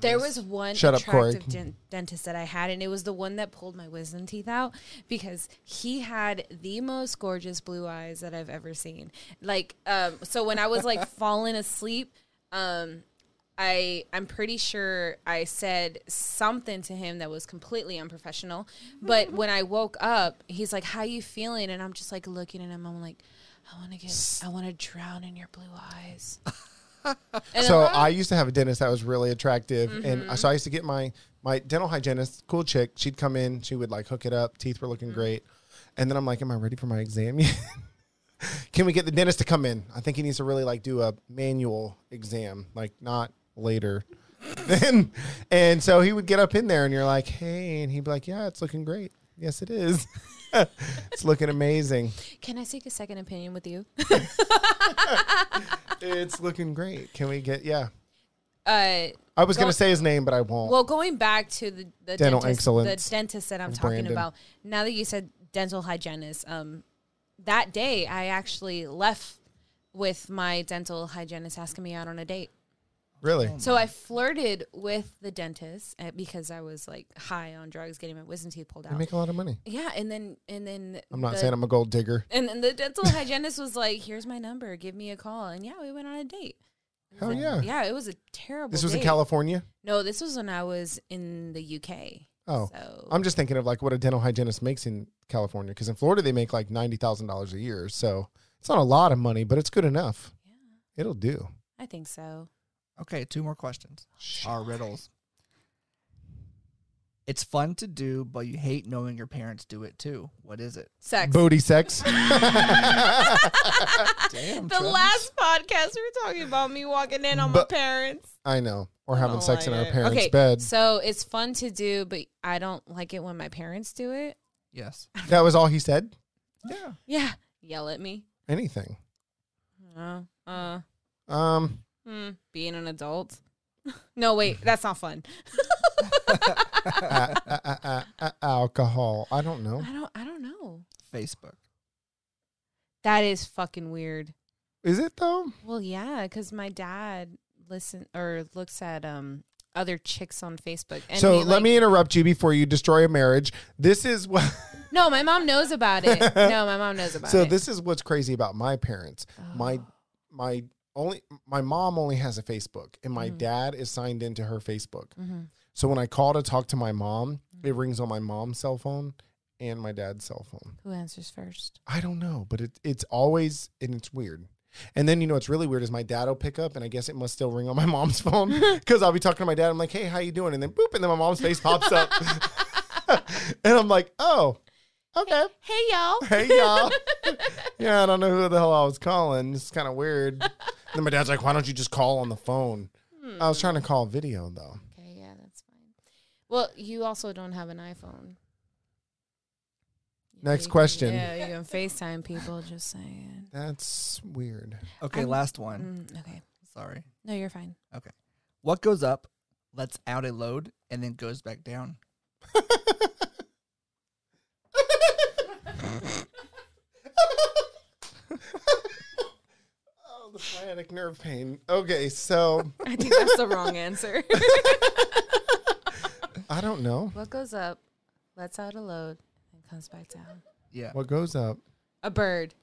S3: There was one
S1: Shut up, Corey.
S3: attractive den- dentist that I had, and it was the one that pulled my wisdom teeth out because he had the most gorgeous blue eyes that I've ever seen. Like, um, so when I was like falling asleep, um, I I'm pretty sure I said something to him that was completely unprofessional. But when I woke up, he's like, "How you feeling?" And I'm just like looking at him. I'm like, "I want to get, I want to drown in your blue eyes." And
S1: So
S3: I'm like,
S1: I used to have a dentist that was really attractive, and so I used to get my my dental hygienist, cool chick. She'd come in, she would like hook it up, teeth were looking great, and then I'm like, "Am I ready for my exam yet? Can we get the dentist to come in? I think he needs to really like do a manual exam, like not later." then and so he would get up in there, and you're like, "Hey," and he'd be like, "Yeah, it's looking great. Yes, it is. it's looking amazing.
S3: Can I seek a second opinion with you?
S1: It's looking great. Can we get yeah."
S3: uh,
S1: I was
S3: Go-
S1: gonna say his name, but I won't.
S3: well, going back to the, the
S1: Dental
S3: dentist,
S1: excellence
S3: the dentist that I'm
S1: of
S3: talking
S1: Brandon.
S3: about. Now that you said dental hygienist, um, that day I actually left with my dental hygienist asking me out on a date.
S1: really?
S3: So I flirted with the dentist uh, because I was like high on drugs, getting my wisdom teeth pulled
S1: I
S3: out.
S1: make a lot of money.
S3: Yeah, and then and then
S1: I'm not
S3: the-
S1: saying I'm a gold digger.
S3: And then the dental hygienist was like, "Here's my number. Give me a call." And yeah, we went on a date.
S1: Hell yeah.
S3: Yeah, it was a terrible.
S1: This was in
S3: date.
S1: California.
S3: No, this was when I was in the UK.
S1: Oh,
S3: so
S1: I'm just thinking of like what a dental hygienist makes in California because in Florida they make like ninety thousand dollars a year. So it's not a lot of money, but it's good enough. It'll do.
S3: I think so.
S5: Okay, two more questions. Are riddles. It's fun to do, but you hate knowing your parents do it too. What is it?
S3: Sex.
S1: Booty sex.
S5: Damn.
S3: the last podcast we were talking about me walking in on
S1: But-
S3: my parents.
S1: I know. Or having
S4: don't
S1: sex in
S4: like
S1: our
S4: it.
S1: parents'
S3: Oh Okay,
S1: bed.
S3: so it's fun to do, but I don't like it when my parents do it.
S5: Yes.
S1: That was all he said.
S5: Yeah.
S3: Yeah, yell at me.
S1: Anything.
S3: Uh, uh,
S1: Um,
S3: hmm, being an adult. no, wait, that's not fun.
S1: a- a- a- a- alcohol. I don't know.
S3: I don't. I don't know.
S5: Facebook.
S3: That is fucking weird.
S1: Is it though?
S3: Well, yeah, because my dad listen or looks at um other chicks on Facebook. And
S1: so
S3: he,
S1: let
S3: like-
S1: me interrupt you before you destroy a marriage. This is what.
S3: No, my mom knows about it. no, my mom knows about
S1: so
S3: it.
S1: this is what's crazy about my parents. My my only my mom only has a Facebook, and my dad is signed into her Facebook. So when I call to talk to my mom, it rings on my mom's cell phone and my dad's cell phone.
S3: Who answers first?
S1: I don't know, but it, it's always and it's weird. And then you know what's really weird is my dad will pick up, and I guess it must still ring on my mom's phone because I'll be talking to my dad. I'm like, "Hey, how you doing?" And then boop, and then my mom's face pops up, and I'm like, "Oh, okay,
S3: Hey, y'all.
S1: hey y'all." yeah, I don't know who the hell I was calling. It's kind of weird. And then my dad's like, "Why don't you just call on the phone?" I was trying to call video though.
S3: Okay, yeah, that's fine. Well, you also don't have an iPhone. Yeah,
S1: Next
S3: you can-
S1: question.
S3: yeah, you can FaceTime people. Just saying.
S1: That's weird.
S5: Okay,
S3: I'm-
S5: last one.
S3: Mm, okay.
S5: Sorry.
S3: No, you're fine.
S5: Okay. What goes up, lets out a load, and then goes back down?
S1: Oh, the sciatic nerve pain. Okay, so
S3: I think that's the wrong answer.
S1: I don't know
S3: what goes up, lets out a load, and comes back down.
S5: Yeah.
S1: what goes up.
S3: A bird.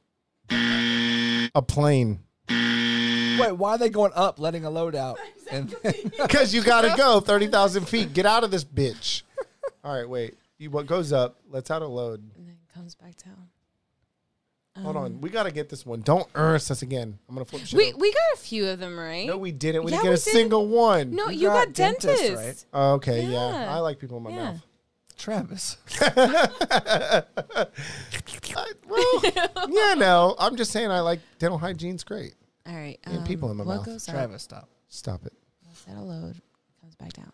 S1: A plane.
S5: Wait, why are they going up, letting a load out? And then-
S1: Because you got to go 30,000 feet. Get out of this bitch. All right, wait. You, what goes up, let's out a load.
S3: and then comes back down.
S1: Hold on. We got to get this one. Don't earnest us again. I'm going to flip shit.
S3: Um, We
S1: over.
S3: we got a few of them, right?
S1: no, we didn't. We
S3: Yeah,
S1: didn't get
S3: we
S1: a
S3: did.
S1: single one.
S3: No,
S5: You
S3: you
S5: got
S3: got,
S5: dentist,
S3: dentist.
S5: right?
S1: Okay, yeah.
S3: Yeah.
S1: I like people in my
S3: Yeah.
S1: mouth.
S5: Travis.
S1: I, well, yeah, no. I'm just saying I like dental hygiene's great.
S3: All right. um,
S1: And people in my
S3: what
S1: mouth.
S3: goes up,
S5: Travis, stop.
S1: Stop it.
S3: lets out a load, comes back down.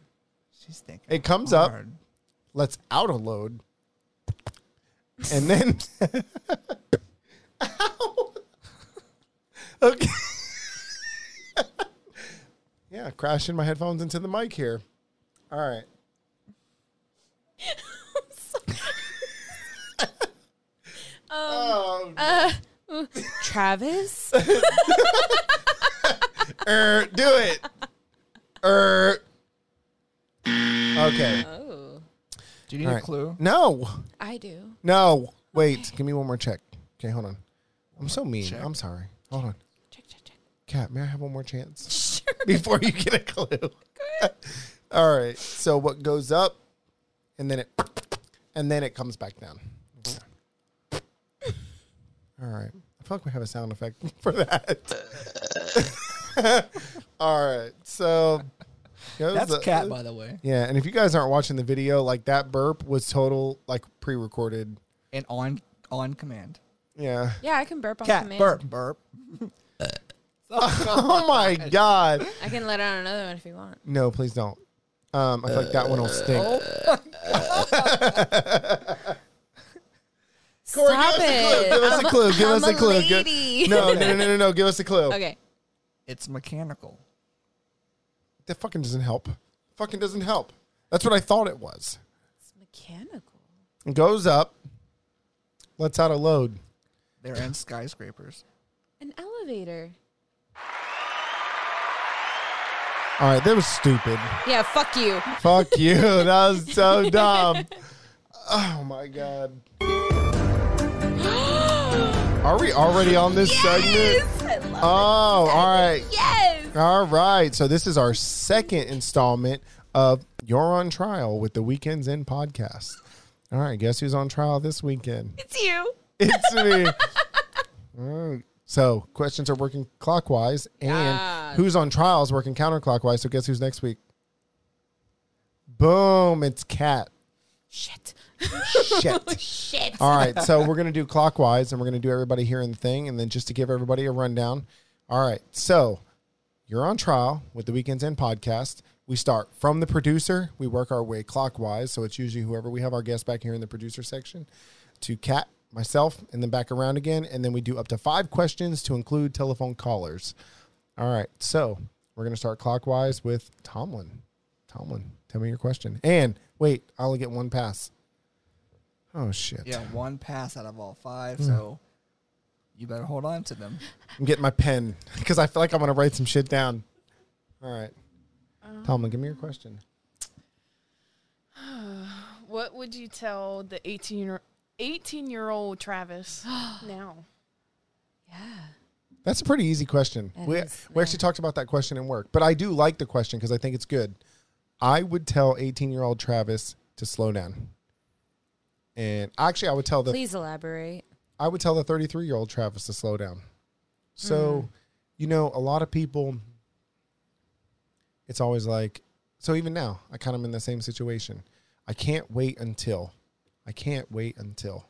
S5: She's thinking.
S1: It comes up,
S5: hard.
S1: lets out a load, and then. Ow. okay. yeah, crashing my headphones into the mic here. All right. Oh,
S3: Travis.
S1: er, do it. Er. Okay.
S3: oh,
S5: Do you need
S1: All
S5: a
S1: right.
S5: clue?
S1: No.
S3: I do.
S1: No. Wait. Give me one more check. Okay, hold on. I'm so mean.
S5: check.
S1: I'm sorry. Hold on.
S3: Check check check.
S1: Cat, may I have one more chance?
S3: Sure.
S1: before you get a clue. All right. So what goes up, and then it, and then it comes back down. All right. I feel like we have a sound effect for that. All right. So goes
S5: That's
S1: up-
S5: cat, by the way,
S1: Yeah, and if you guys aren't watching the video, like that burp was total like pre-recorded.
S5: and on on command.
S1: Yeah.
S3: Yeah, I can burp on
S5: Cat
S3: command.
S5: burp burp.
S1: Oh my god.
S3: I can let out another one if you want.
S1: No, please don't. Um, I feel like that one will stink.
S3: Uh,
S1: Corey,
S3: Stop
S1: give
S3: it.
S1: us a clue. Give
S3: I'm
S1: us a
S3: a
S1: clue. Give us a clue. Gi-
S3: lady.
S1: no, no, no, no, no, no. Give us a clue.
S3: Okay.
S5: It's mechanical.
S1: That fucking doesn't help. Fucking doesn't help. That's what I thought it was.
S3: It's mechanical.
S1: It goes up, lets out a load.
S5: They're in skyscrapers.
S3: An elevator.
S1: All right, that was stupid.
S3: Yeah, fuck you.
S1: Fuck you. That was so dumb. Oh my god. Are we already on this segment?
S3: I love
S1: Oh, all right.
S3: Yes.
S1: All right. So this is our second installment of You're on Trial with the Weekends End podcast. All right, guess who's on trial this weekend?
S3: It's you.
S1: It's me. Mm. So questions are working clockwise, and who's on trial is working counterclockwise. So guess who's next week? Boom! It's Kat.
S3: Shit.
S1: Shit.
S3: Shit.
S1: All right, so we're gonna do clockwise, and we're gonna do everybody here in the thing, and then just to give everybody a rundown. All right, so you're on trial with the Weekends End podcast. We start from the producer. We work our way clockwise, so it's usually whoever we have our guest back here in the producer section to Kat, myself, and then back around again, and then we do up to five questions to include telephone callers. All right, so we're gonna start clockwise with Tomlin. Tomlin, tell me your question. And wait, I only get one pass. Oh shit!
S5: Yeah, one pass out of all five, so you better hold on to them.
S1: I'm getting my pen because I feel like I'm going to write some shit down. All right. Tomlin, give me your question.
S4: What would you tell the 18 year 18 year old Travis now?
S1: That's a pretty easy question.
S3: That
S1: we
S3: is,
S1: we actually talked about that question in work, but I do like the question because I think it's good. I would tell 18 year old Travis to slow down. And actually, I would tell the
S3: Please elaborate.
S1: I would tell the 33 year old Travis to slow down. So, you know, a lot of people, it's always like, so even now, I kind of am in the same situation. I can't wait until, I can't wait until,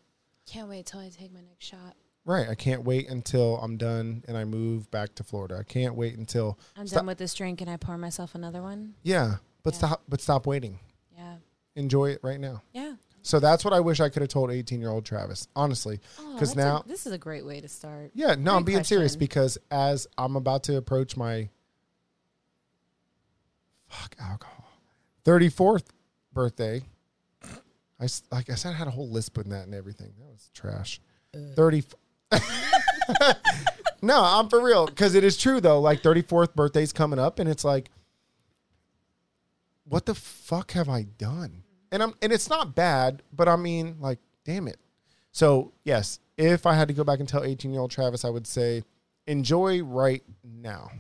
S3: Can't wait till I take my next shot.
S1: right? I can't wait until I'm done and I move back to Florida. I can't wait until,
S3: I'm
S1: Stop.
S3: done with this drink and I pour myself another one.
S1: yeah, but stop, but stop waiting.
S3: Yeah.
S1: Enjoy it right now.
S3: Yeah.
S1: So that's what I wish I could have told 18 year old Travis, honestly.
S3: Oh,
S1: Because
S3: that's a-
S1: now,
S3: this is a great way to start.
S1: Yeah, no, I'm
S3: Great
S1: being serious
S3: question.
S1: because as I'm about to approach my fuck alcohol 34th birthday, I s- like I said I had a whole lisp in that and everything. That was trash. 30 f- No, I'm for real cuz it is true though. Like 34th birthday's coming up and it's like what the fuck have I done? And I'm and it's not bad, but I mean like damn it. So yes, if I had to go back and tell 18 year old Travis, I would say enjoy right now.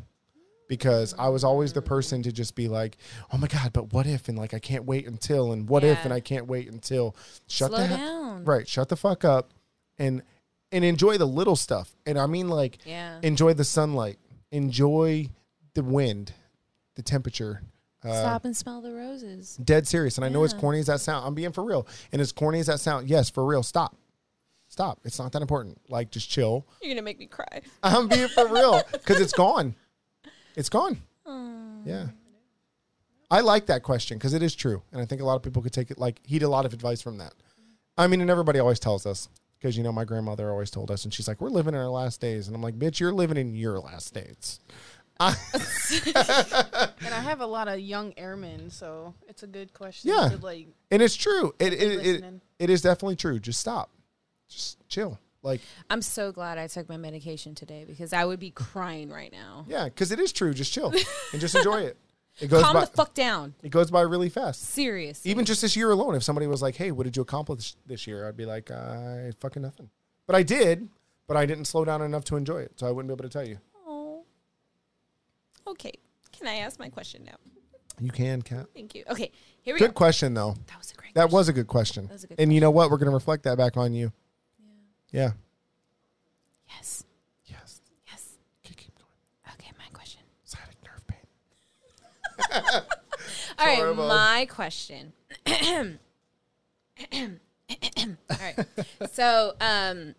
S1: Because I was always the person to just be like, oh my God, but what if? And like, I can't wait until, and what if?
S3: Yeah.
S1: And I can't wait until. Shut
S3: Slow
S1: the he-
S3: down.
S1: Right. Shut the fuck up and and enjoy the little stuff. And I mean like
S3: Yeah.
S1: enjoy the sunlight, enjoy the wind, the temperature. Uh,
S3: Stop and smell the roses.
S1: dead serious. And I know it's
S3: Yeah.
S1: corny as that sound. I'm being for real. And as corny as that sound, yes, for real. Stop. Stop. It's not that important. Like just chill.
S3: You're going to make me cry.
S1: I'm being for real because it's gone. It's gone.
S3: Um,
S1: Yeah. I like that question because it is true. And I think a lot of people could take it, like, heed a lot of advice from that. I mean, and everybody always tells us because, you know, my grandmother always told us, and she's like, we're living in our last days. And I'm like, bitch, you're living in your last days.
S4: And I have a lot of young airmen, so it's a good question.
S1: Yeah.
S4: To like,
S1: And it's true. It, it, it,
S4: listening.
S1: it is definitely true. Just stop. Just chill. Like,
S3: I'm so glad I took my medication today because I would be crying right now.
S1: yeah, because it is true. Just chill and just enjoy it. It goes,
S3: Calm
S1: by,
S3: the fuck down.
S1: it goes by really fast.
S3: Serious.
S1: even just this year alone, if somebody was like, "Hey, what did you accomplish this year?" I'd be like, "I fucking nothing," but I did, but I didn't slow down enough to enjoy it, so I wouldn't be able to tell you.
S3: Oh. Okay. Can I ask my question now?
S1: You can, Kat.
S3: Thank you. Okay. Here we
S1: Good
S3: go.
S1: question, though.
S3: That was a great
S1: That was a good question.
S3: was a good
S1: and you know what? We're gonna reflect that back on you. Yeah.
S3: Yes.
S1: Yes.
S3: Yes.
S1: Okay, keep going.
S3: Okay, my question.
S1: Sciatic nerve pain.
S3: All right,
S1: Sorry, Bob.
S3: my question. All right. So, um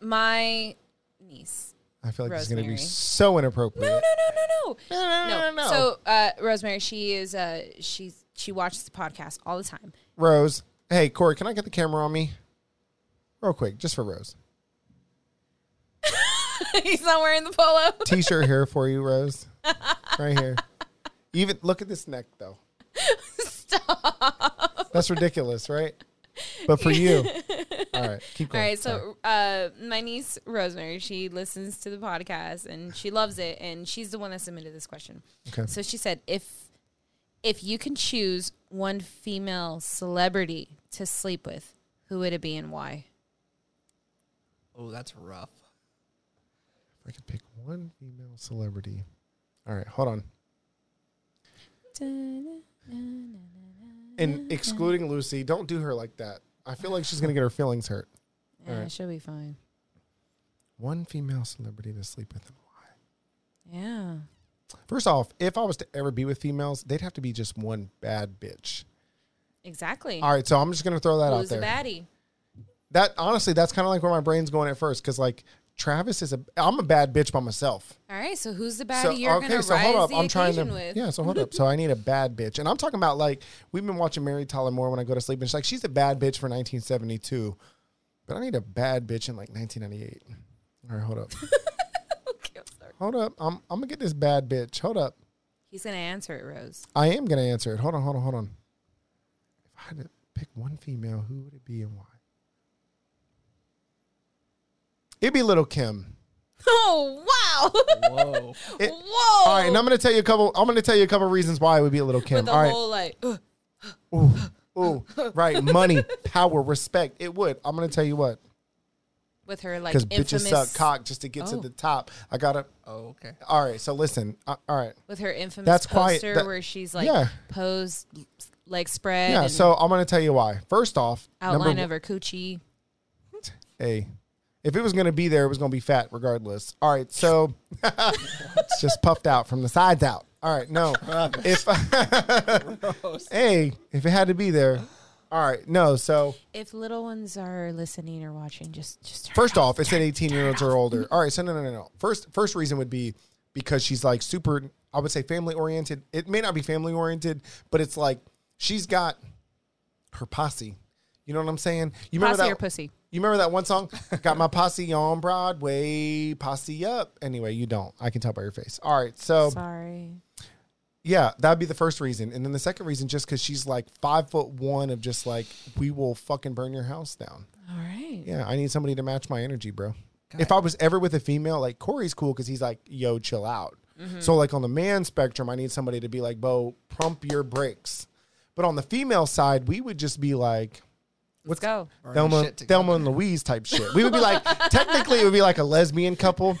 S3: my niece.
S1: I feel like this is gonna be
S3: Rosemary.
S1: so inappropriate.
S3: No, no, no, no, no.
S1: no, no, no, no.
S3: So, uh Rosemary, she is uh she's she watches the podcast all the time.
S1: Rose, hey Corey, can I get the camera on me, real quick, just for Rose?
S3: He's not wearing the polo.
S1: T-shirt here for you, Rose. Right here. Even look at this neck though. Stop. That's ridiculous, right? But for you. All right, keep
S3: All
S1: going.
S3: right,
S1: Sorry.
S3: so uh, my niece Rosemary, she listens to the podcast and she loves it, and she's the one that submitted this question.
S1: Okay.
S3: So she said, if if you can choose one female celebrity to sleep with, who would it be and why?
S5: Oh, that's rough.
S1: If I could pick one female celebrity. All right, hold on. And excluding Lucy, don't do her like that. I feel like she's gonna get her feelings hurt.
S3: Yeah,
S1: right.
S3: Eh, she'll be fine.
S1: One female celebrity to sleep with and why?
S3: Yeah.
S1: First off, if I was to ever be with females, they'd have to be just one bad bitch.
S3: Exactly.
S1: All right, so I'm just gonna throw that
S3: Who's
S1: out there.
S3: a baddie?
S1: That honestly, that's kind of like where my brain's going at first, because like Travis is a, I'm a bad bitch by myself.
S3: All right, so who's the baddie
S1: So
S3: you're
S1: okay,
S3: gonna
S1: so
S3: rise
S1: hold up,
S3: the
S1: I'm trying to
S3: occasion with?
S1: yeah. So hold up, so I need a bad bitch, and I'm talking about like we've been watching Mary Tyler Moore when I go to sleep, and she's like she's a bad bitch for 1972, but I need a bad bitch in like 1998. All right, hold up,
S3: Okay, I'm sorry.
S1: hold up, I'm I'm gonna get this bad bitch. Hold up,
S3: He's gonna answer it, Rose.
S1: I am gonna answer it. Hold on, hold on, hold on. If I had to pick one female, who would it be and why? It'd be Little Kim.
S3: Oh wow!
S5: Whoa.
S1: It-
S3: Whoa!
S1: All right, and I'm gonna tell you a couple. I'm gonna tell you a couple reasons why it would be a Little
S3: Oh. With
S1: Kim.
S3: the
S1: All right,
S3: whole like, "Ugh,
S1: Ooh, ooh, right. Money, power, respect. It would. I'm gonna tell you what.
S3: with her like
S1: Because
S3: infamous
S1: bitches suck cock just to get to
S3: Oh.
S1: the top. I gotta.
S5: Oh, okay.
S1: All right. So listen. uh, all right.
S3: with her infamous
S1: That's quiet-
S3: poster
S1: that-
S3: where she's like
S1: yeah.
S3: posed, like spread,
S1: Yeah.
S3: and
S1: So I'm gonna tell you why. First off, number
S3: outline
S1: one-
S3: of her coochie.
S1: hey, if it was gonna be there, it was gonna be fat regardless. All right. So it's just puffed out from the sides out. All right. No. if hey, if it had to be there. All right. No. So.
S3: If little ones are listening or watching, just just turn
S1: First
S3: it
S1: off, it said 18 year olds or older. All right, so no, no, no, no. First, first reason would be because she's like super. I would say family oriented. It may not be family oriented, but it's like she's got her posse. You know what I'm saying? You remember
S3: Posse
S1: that
S3: or pussy?
S1: You remember that one song? got my posse on Broadway, posse up. Anyway, you don't. I can tell by your face. All right, so
S3: Sorry.
S1: yeah, that'd be the first reason, and then the second reason, just because she's like five foot one, of just like we will fucking burn your house down.
S3: All right.
S1: Yeah, I need somebody to match my energy, bro. If I was ever with a female, like Corey's cool because he's like, yo, chill out. So, like on the man spectrum, I need somebody to be like, Bo, pump your brakes. But on the female side, we would just be like,
S3: Let's go.
S5: Burn
S1: Thelma,
S5: shit together.
S1: Thelma and Louise type shit. We would be like, technically, it would be like a lesbian couple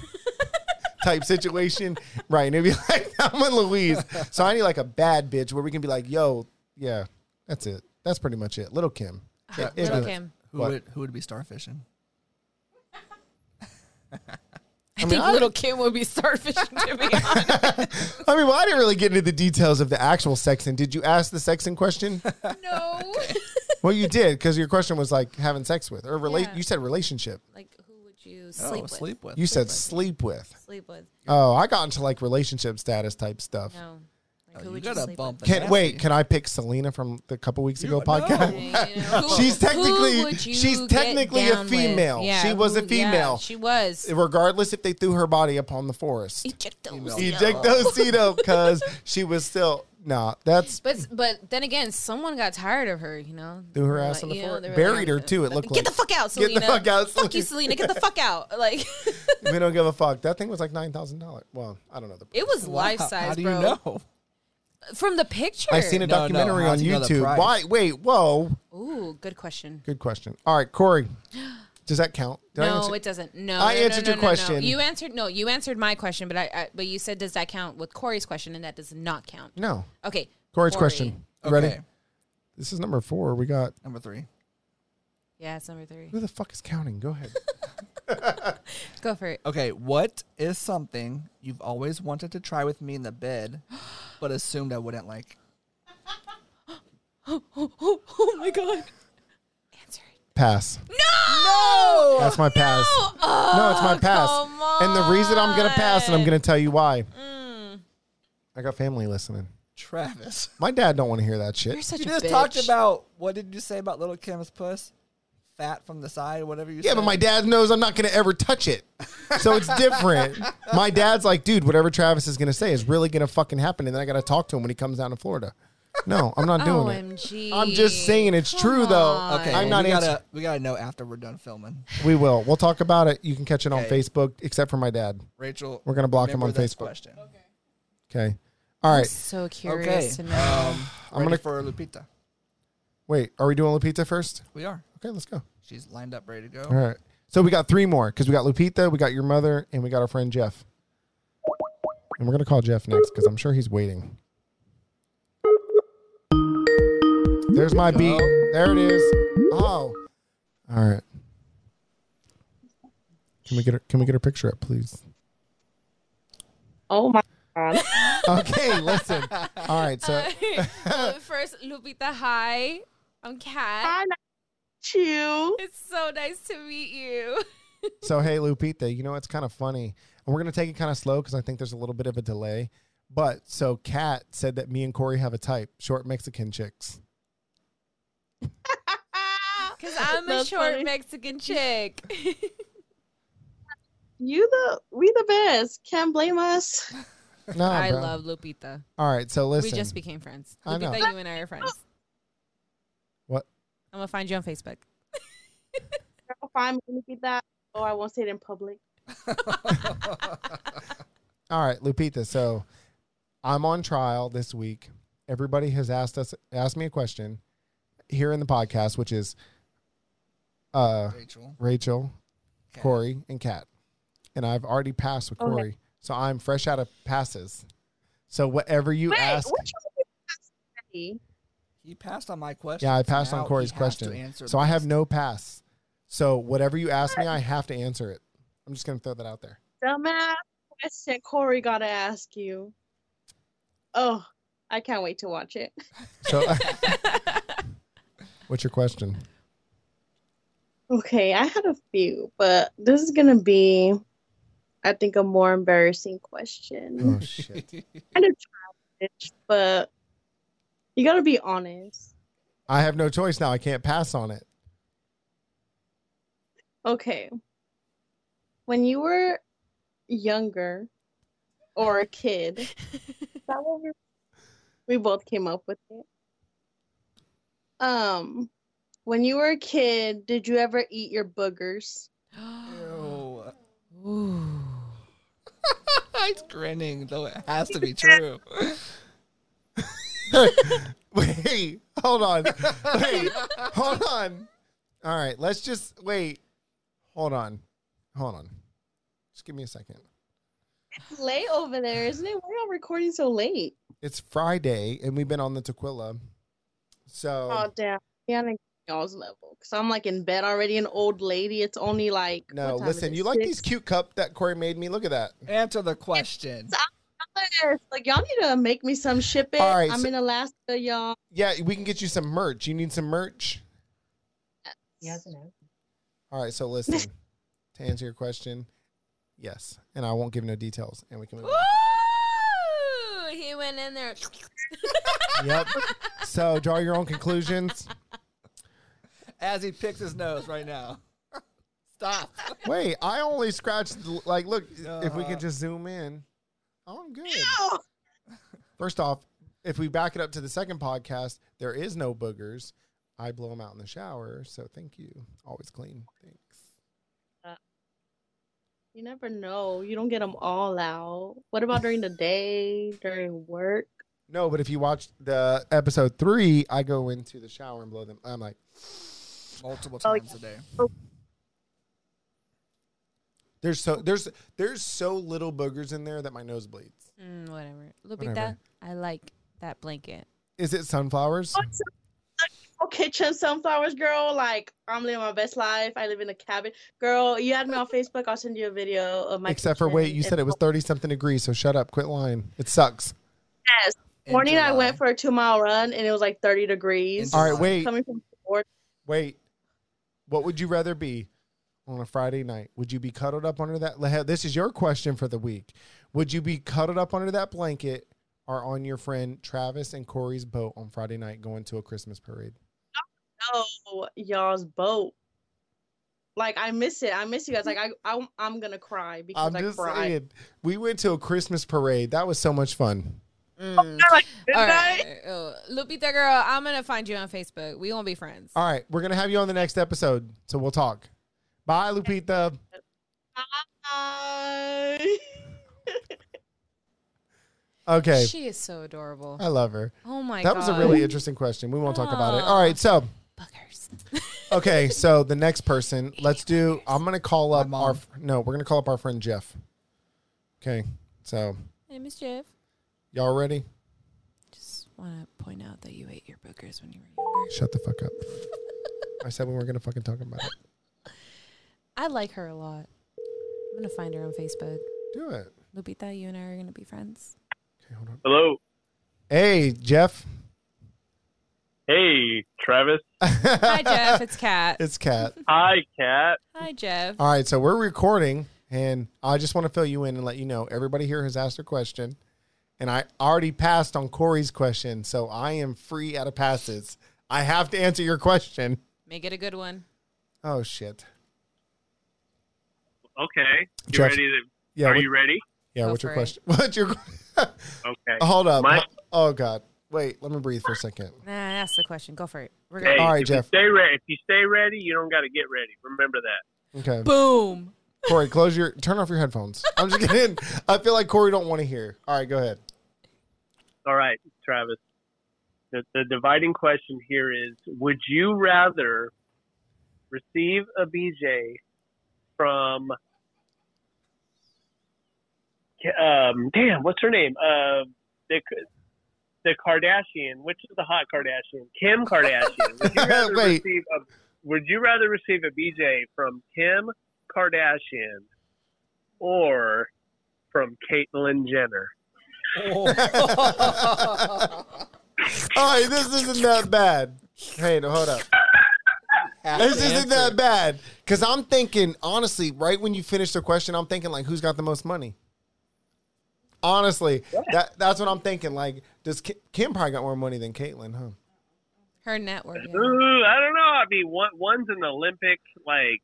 S1: type situation, right? And it'd be like Thelma and Louise. So I need like a bad bitch where we can be like, yo, yeah, that's it. That's pretty much it. Little Kim. Yeah, it'd
S3: Little
S1: be-
S3: Kim.
S5: Who
S1: What?
S5: would who would be starfishing?
S3: I,
S1: mean,
S3: think
S1: I-
S3: little Kim would be starfishing to be honest.
S1: I mean, well, I didn't really get into the details of the actual sexing. Did you ask the sexing question?
S3: No.
S1: well, you did because your question was like having sex with or relate.
S3: Yeah.
S1: You said relationship.
S3: like, who would you sleep
S5: oh,
S3: with?
S5: sleep with.
S1: You said sleep with.
S3: Sleep with.
S1: Oh, I got into like relationship status type stuff.
S3: No. Like,
S5: Oh,
S3: who
S5: you
S3: would
S5: gotta
S3: sleep with?
S5: bump the
S1: Can
S5: nasty.
S1: wait? Can I pick Selena from the couple weeks ago
S5: You-
S1: podcast?
S5: no.
S3: You know, who-
S1: She's
S3: who
S1: technically-
S3: would you
S1: she's
S3: get
S1: technically a
S3: down with?
S1: female. She was a
S3: who- yeah,
S1: female.
S3: she was.
S1: Regardless if they thejaculated threw her body upon the forest,
S3: Ejectos.
S1: ejectocito, because she was still nah. That's
S3: But but then again, someone got tired of her. You know,
S1: threw her
S3: They were
S1: ass on the
S3: like, you know,
S1: forest,
S3: they were
S1: buried her
S3: like,
S1: too. It looked
S3: Get
S1: like
S3: the fuck out,
S1: Get
S3: Selena.
S1: the fuck out,
S3: Fuck you, Selena. Get the fuck out. Like
S1: we don't give a fuck. That thing was like nine thousand dollars. Well, I don't know the.
S3: it was
S5: Wow,
S3: life
S5: How
S3: size,
S5: do
S3: bro.
S5: you know?
S3: From the picture.
S1: I seen a
S5: No, no,
S1: documentary
S5: how
S1: on
S5: do you know the
S1: YouTube.
S5: price?
S1: Why? Wait, whoa.
S3: Ooh, good question.
S1: Good question. All right, Corey. Does that count? Did I
S3: no,
S1: answer-
S3: it doesn't. No,
S1: I
S3: no,
S1: answered
S3: no,
S1: your
S3: no, no, no.
S1: question.
S3: You answered no. You answered my question, but I, I but you said does that count with Corey's question, and that does not count.
S1: No.
S3: Okay,
S1: Corey's
S3: Corey.
S1: question. You
S5: Okay.
S1: ready? This is number four. We got
S5: Number three.
S3: Yeah, it's number three.
S1: who the fuck is counting? Go ahead.
S3: Go for it.
S5: Okay, what is something you've always wanted to try with me in the bed, but assumed I wouldn't like?
S3: Oh, oh my god. Answer it.
S1: Pass.
S3: No. Oh,
S1: That's my pass. No, it's my pass. And the reason I'm gonna pass, and I'm gonna tell you why.
S3: Mm.
S1: I got family listening.
S5: Travis.
S1: My dad don't want to hear that shit.
S3: You're such
S5: You
S3: a
S5: just
S3: bitch.
S5: talked about what did you say about little Kim's puss? Fat from the side, whatever you
S1: Yeah,
S5: said.
S1: but my dad knows I'm not going to ever touch it. So it's different. my dad's like, dude, whatever Travis is going to say is really going to fucking happen. And then I got to talk to him when he comes down to Florida. No, I'm not
S3: Oh,
S1: doing it.
S3: OMG.
S1: I'm just saying it's true, though.
S5: Okay,
S1: I'm
S5: well,
S1: not
S5: we
S1: answering.
S5: gotta, we gotta know after we're done filming.
S1: We will. We'll talk about it. You can catch it on
S5: Okay.
S1: Facebook, except for my dad.
S5: Rachel,
S1: We're gonna block him
S5: remember
S1: on
S5: this
S1: Facebook.
S5: Question.
S1: Okay. All right.
S3: So
S5: Okay.
S3: curious to
S5: Um,
S3: know.
S5: I'm
S1: gonna-
S5: gonna for Lupita.
S1: Wait, are we doing Lupita first?
S5: We are.
S1: Okay, let's go.
S5: She's lined up, ready to go.
S1: All right. So we got three more because we got Lupita, we got your mother, and we got our friend Jeff. And we're going to call Jeff next because I'm sure he's waiting. There's my beat. There it is. Oh. All right. Can we get her can we get her picture up, please?
S6: Oh my god.
S1: Okay, listen. All right, so
S3: Uh, first, Lupita, hi. I'm Kat.
S9: Hi, nice to meet you.
S3: It's so nice to meet you.
S1: So hey, Lupita, you know it's kind of funny, and we're gonna take it kind of slow because I think there's a little bit of a delay. But so Kat said that me and Corey have a type: short Mexican chicks.
S9: Ah,
S3: Because I'm a
S9: That's
S3: short
S9: funny.
S3: Mexican chick.
S9: You the we the best. Can't blame us.
S1: No,
S3: I
S1: Ah, bro.
S3: love Lupita.
S1: All right, so listen.
S3: We just became friends.
S1: I know.
S3: Lupita, you and I are friends.
S1: What?
S3: I'm gonna find you on Facebook.
S9: Girl, Fine, let me get that. Oh, I won't say it in public.
S1: All right, Lupita. So I'm on trial this week. Everybody has asked us asked me a question here in the podcast, which is uh
S5: Rachel.
S1: Rachel,
S5: Kat.
S1: Corey, and Kat. And I've already passed with
S9: Okay.
S1: Corey. So I'm fresh out of passes. So whatever you
S9: Wait,
S1: ask
S9: which one did you ask already?
S5: He passed on my question.
S1: Yeah, I passed
S5: Now
S1: on
S5: he
S1: Corey's
S5: has to
S1: question.
S5: answer
S1: So I have
S5: this.
S1: no pass. So whatever you ask me, I have to answer it. I'm just gonna throw that out there.
S9: Dumbass question Corey gotta ask you. Oh, I can't wait to watch it.
S1: So what's your question?
S9: Okay, I had a few, but this is gonna be, I think, a more embarrassing question.
S1: Oh shit.
S9: Kind of childish, but you gotta be honest.
S1: I have no choice now. I can't pass on it.
S9: Okay. When you were younger or a kid, is that what we we both came up with it. Um, when you were a kid, did you ever eat your boogers?
S5: Ew.
S3: Ooh.
S5: He's grinning, though it has to be true.
S1: Wait, hold on. Wait, hold on. All right, let's just wait. Hold on. Hold on. Just give me a second.
S9: It's late over there, isn't it? We're all recording so late.
S1: It's Friday and we've been on the tequila. So
S9: Oh damn! Yeah, I think y'all's level. Cause I'm like in bed already, an old lady. It's only like
S1: no,
S9: what time
S1: listen,
S9: is it?
S1: you like
S9: Six?
S1: these cute cup that Corey made me. Look at that.
S5: Answer the question.
S9: Yes, Like y'all need to make me some ship it.
S1: All right,
S9: I'm
S1: so-
S9: in Alaska, y'all.
S1: Yeah, we can get you some merch. You need some merch? All right, so listen. to answer your question, yes. And I won't give no details and we can move on.
S3: Ooh, he went in there.
S1: yep. So draw your own conclusions.
S5: As he picks his nose right now. Stop.
S1: Wait, I only scratched. the- Like, look, if we
S5: Uh-huh.
S1: can just zoom in, Oh, I'm good. First off, if we back it up to the second podcast, there is no boogers. I blow them out in the shower, so thank you. Always clean. Thanks.
S9: You never know. You don't get them all out. What about during the day, during work?
S1: No, but if you watch the episode three, I go into the shower and blow them. I'm like,
S5: Multiple
S9: Oh,
S5: times a day.
S1: there's so there's there's so little boogers in there that my nose bleeds.
S3: Mm, whatever. Lupita,
S1: Whatever.
S3: I like that blanket.
S1: Is it sunflowers?
S9: Oh, kitchen sunflowers, girl. Like I'm living my best life. I live in a cabin, girl. You add me on Facebook. I'll send you a video of my.
S1: Except for wait,
S9: kitchen
S1: you
S9: and-
S1: said it was thirty something degrees, so shut up, quit lying. It sucks.
S9: Yes.
S5: In
S9: Morning, I
S5: July.
S9: went for a two mile run, and it was like 30 degrees.
S5: In
S1: All right,
S5: July.
S1: wait.
S9: Coming from Florida.
S1: Wait, what would you rather be on a Friday night? Would you be cuddled up under that? le- This is your question for the week. Would you be cuddled up under that blanket or on your friend Travis and Corey's boat on Friday night going to a Christmas parade?
S9: Oh, y'all's boat. Like I miss it. I miss you guys. Like I, I I'm gonna cry because
S1: I'm
S9: i
S1: just
S9: cried.
S1: saying, we went to a Christmas parade. That was so much fun.
S3: Mm.
S9: Like,
S3: All right. Oh, Lupita girl, I'm gonna find you on Facebook. We gonna be friends.
S1: All right, we're gonna have you on the next episode, so we'll talk. Bye, Lupita.
S9: Bye.
S1: Okay,
S3: She is so adorable.
S1: I love her.
S3: Oh my
S1: That
S3: god.
S1: was a really interesting question. We won't talk about it.
S3: Aw.
S1: All right, so.
S3: buggers.
S1: Okay, so the next person, let's do. I'm gonna call up our
S5: mom.
S1: no, we're gonna call up our friend Jeff. Okay, so
S3: Hey, Miss Jeff.
S1: y'all ready?
S3: Just wanna point out that you ate your boogers when you were younger.
S1: Shut the fuck up. I said we weren't gonna fucking talk about it.
S3: I like her a lot. I'm gonna find her on Facebook.
S1: Do it.
S3: Lupita, you and I are gonna be friends.
S1: Okay, hold on.
S10: Hello.
S1: Hey, Jeff.
S8: Hey, Travis.
S3: Hi, Jeff. It's Kat.
S1: It's Kat.
S8: Hi, Kat.
S3: Hi, Jeff.
S1: All right, so we're recording, and I just want to fill you in and let you know everybody here has asked a question, and I already passed on Corey's question, so I am free out of passes. I have to answer your question.
S3: Make it a good one.
S1: Oh shit!
S8: Okay. You
S1: Jeff-
S8: ready? To,
S1: Yeah,
S8: are
S1: what-
S8: you ready?
S1: yeah.
S3: Go
S1: What's your
S3: for it.
S1: question? What's your?
S8: Okay.
S1: Hold up.
S8: My-
S1: oh god. Wait. Let me breathe for a second.
S3: Nah, ask the question. Go for it. We're
S8: Hey,
S3: good.
S1: All right,
S8: if
S1: Jeff.
S8: You stay ready. If you stay ready, you don't got to get ready. Remember that.
S1: Okay.
S3: Boom.
S1: Corey, close your. Turn off your headphones. I'm just kidding. I feel like Corey don't want to hear. All right, go ahead.
S8: All right, Travis. The, the dividing question here is: Would you rather receive a BJ from? Um, damn, what's her name? Uh, the the Kardashian. Which is the hot Kardashian? Kim Kardashian. Would you rather
S1: Wait.
S8: receive a Would you rather receive a BJ from Kim Kardashian or from Caitlyn Jenner?
S1: All right, this isn't that bad. Hey, no, hold up. This isn't that bad. Because I'm thinking, honestly, right when you finish the question, I'm thinking, like, who's got the most money? Honestly, that, that's what I'm thinking. Like, does Kim, Kim probably got more money than Caitlyn, huh?
S3: Her network. yeah.
S8: Ooh, I don't know. I mean, one, one's an Olympic, like,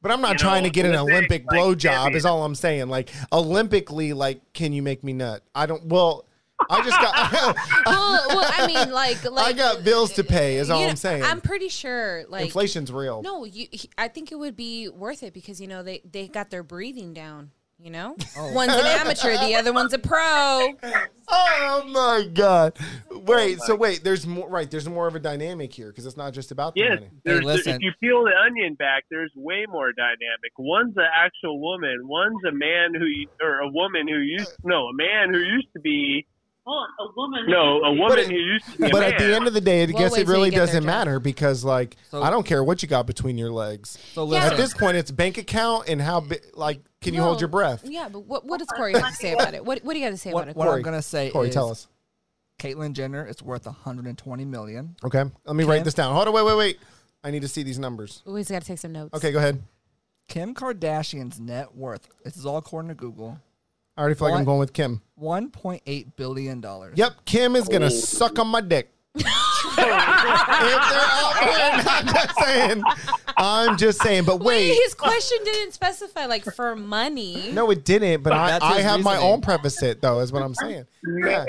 S1: But I'm not
S8: You
S1: trying
S8: know,
S1: to get an
S8: Olympic,
S1: Olympic
S8: like,
S1: blowjob,
S8: champion.
S1: is all I'm saying. Like, Olympically, like, can you make me nut? I don't, well, I just got,
S3: well, well, I mean, like, like
S1: I got bills to pay, is all
S3: you know,
S1: I'm saying.
S3: I'm pretty sure, like,
S1: Inflation's real.
S3: no, you. He, I think it would be worth it because you know they they got their breathing down. You know, one's an amateur, the other one's a pro.
S1: Oh my god! Wait, so wait, there's more. Right, there's more of a dynamic here because it's not just about the
S8: yes.
S1: money.
S8: There's,
S5: listen.
S8: If you peel the onion back, there's way more dynamic. One's an actual woman. One's a man who, you- or a woman who used, no, a man who used to be. Oh, a woman. No, a woman
S1: it-
S8: who used to be. A
S1: But
S8: man.
S1: at the end of the day, I
S3: We'll
S1: guess
S3: wait
S1: it
S3: till
S1: really
S3: you get there,
S1: doesn't
S3: John.
S1: matter because, like,
S5: So-
S1: I don't care what you got between your legs.
S5: So
S3: Yeah.
S5: listen,
S1: At this point, it's bank account and how, bi- like, can you
S3: No.
S1: hold your breath?
S3: Yeah, but what what does Corey have to say about it? What what do you got to say
S5: what,
S3: about it?
S5: what
S1: Corey.
S5: I'm gonna say
S1: Corey,
S5: is
S1: tell us.
S5: Caitlyn Jenner is worth 120 million.
S1: Okay, let me write
S5: Kim-
S1: this down. Hold on, wait, wait, wait. I need to see these numbers.
S3: Ooh, he's got to take some notes.
S1: Okay, go ahead.
S5: Kim Kardashian's net worth. This is all according to Google.
S1: I already feel like I'm
S5: What?
S1: going with Kim.
S5: 1.8 billion dollars.
S1: Yep, Kim is
S5: Oh.
S1: gonna suck on my dick. if they're out there, I'm just saying. I'm just saying. But
S3: Wait,
S1: wait,
S3: his question didn't specify like for money.
S1: No, it didn't. But I,
S5: that's
S1: I
S5: his
S1: have my
S5: reasoning.
S1: own preface it though. Is what I'm saying. Yeah.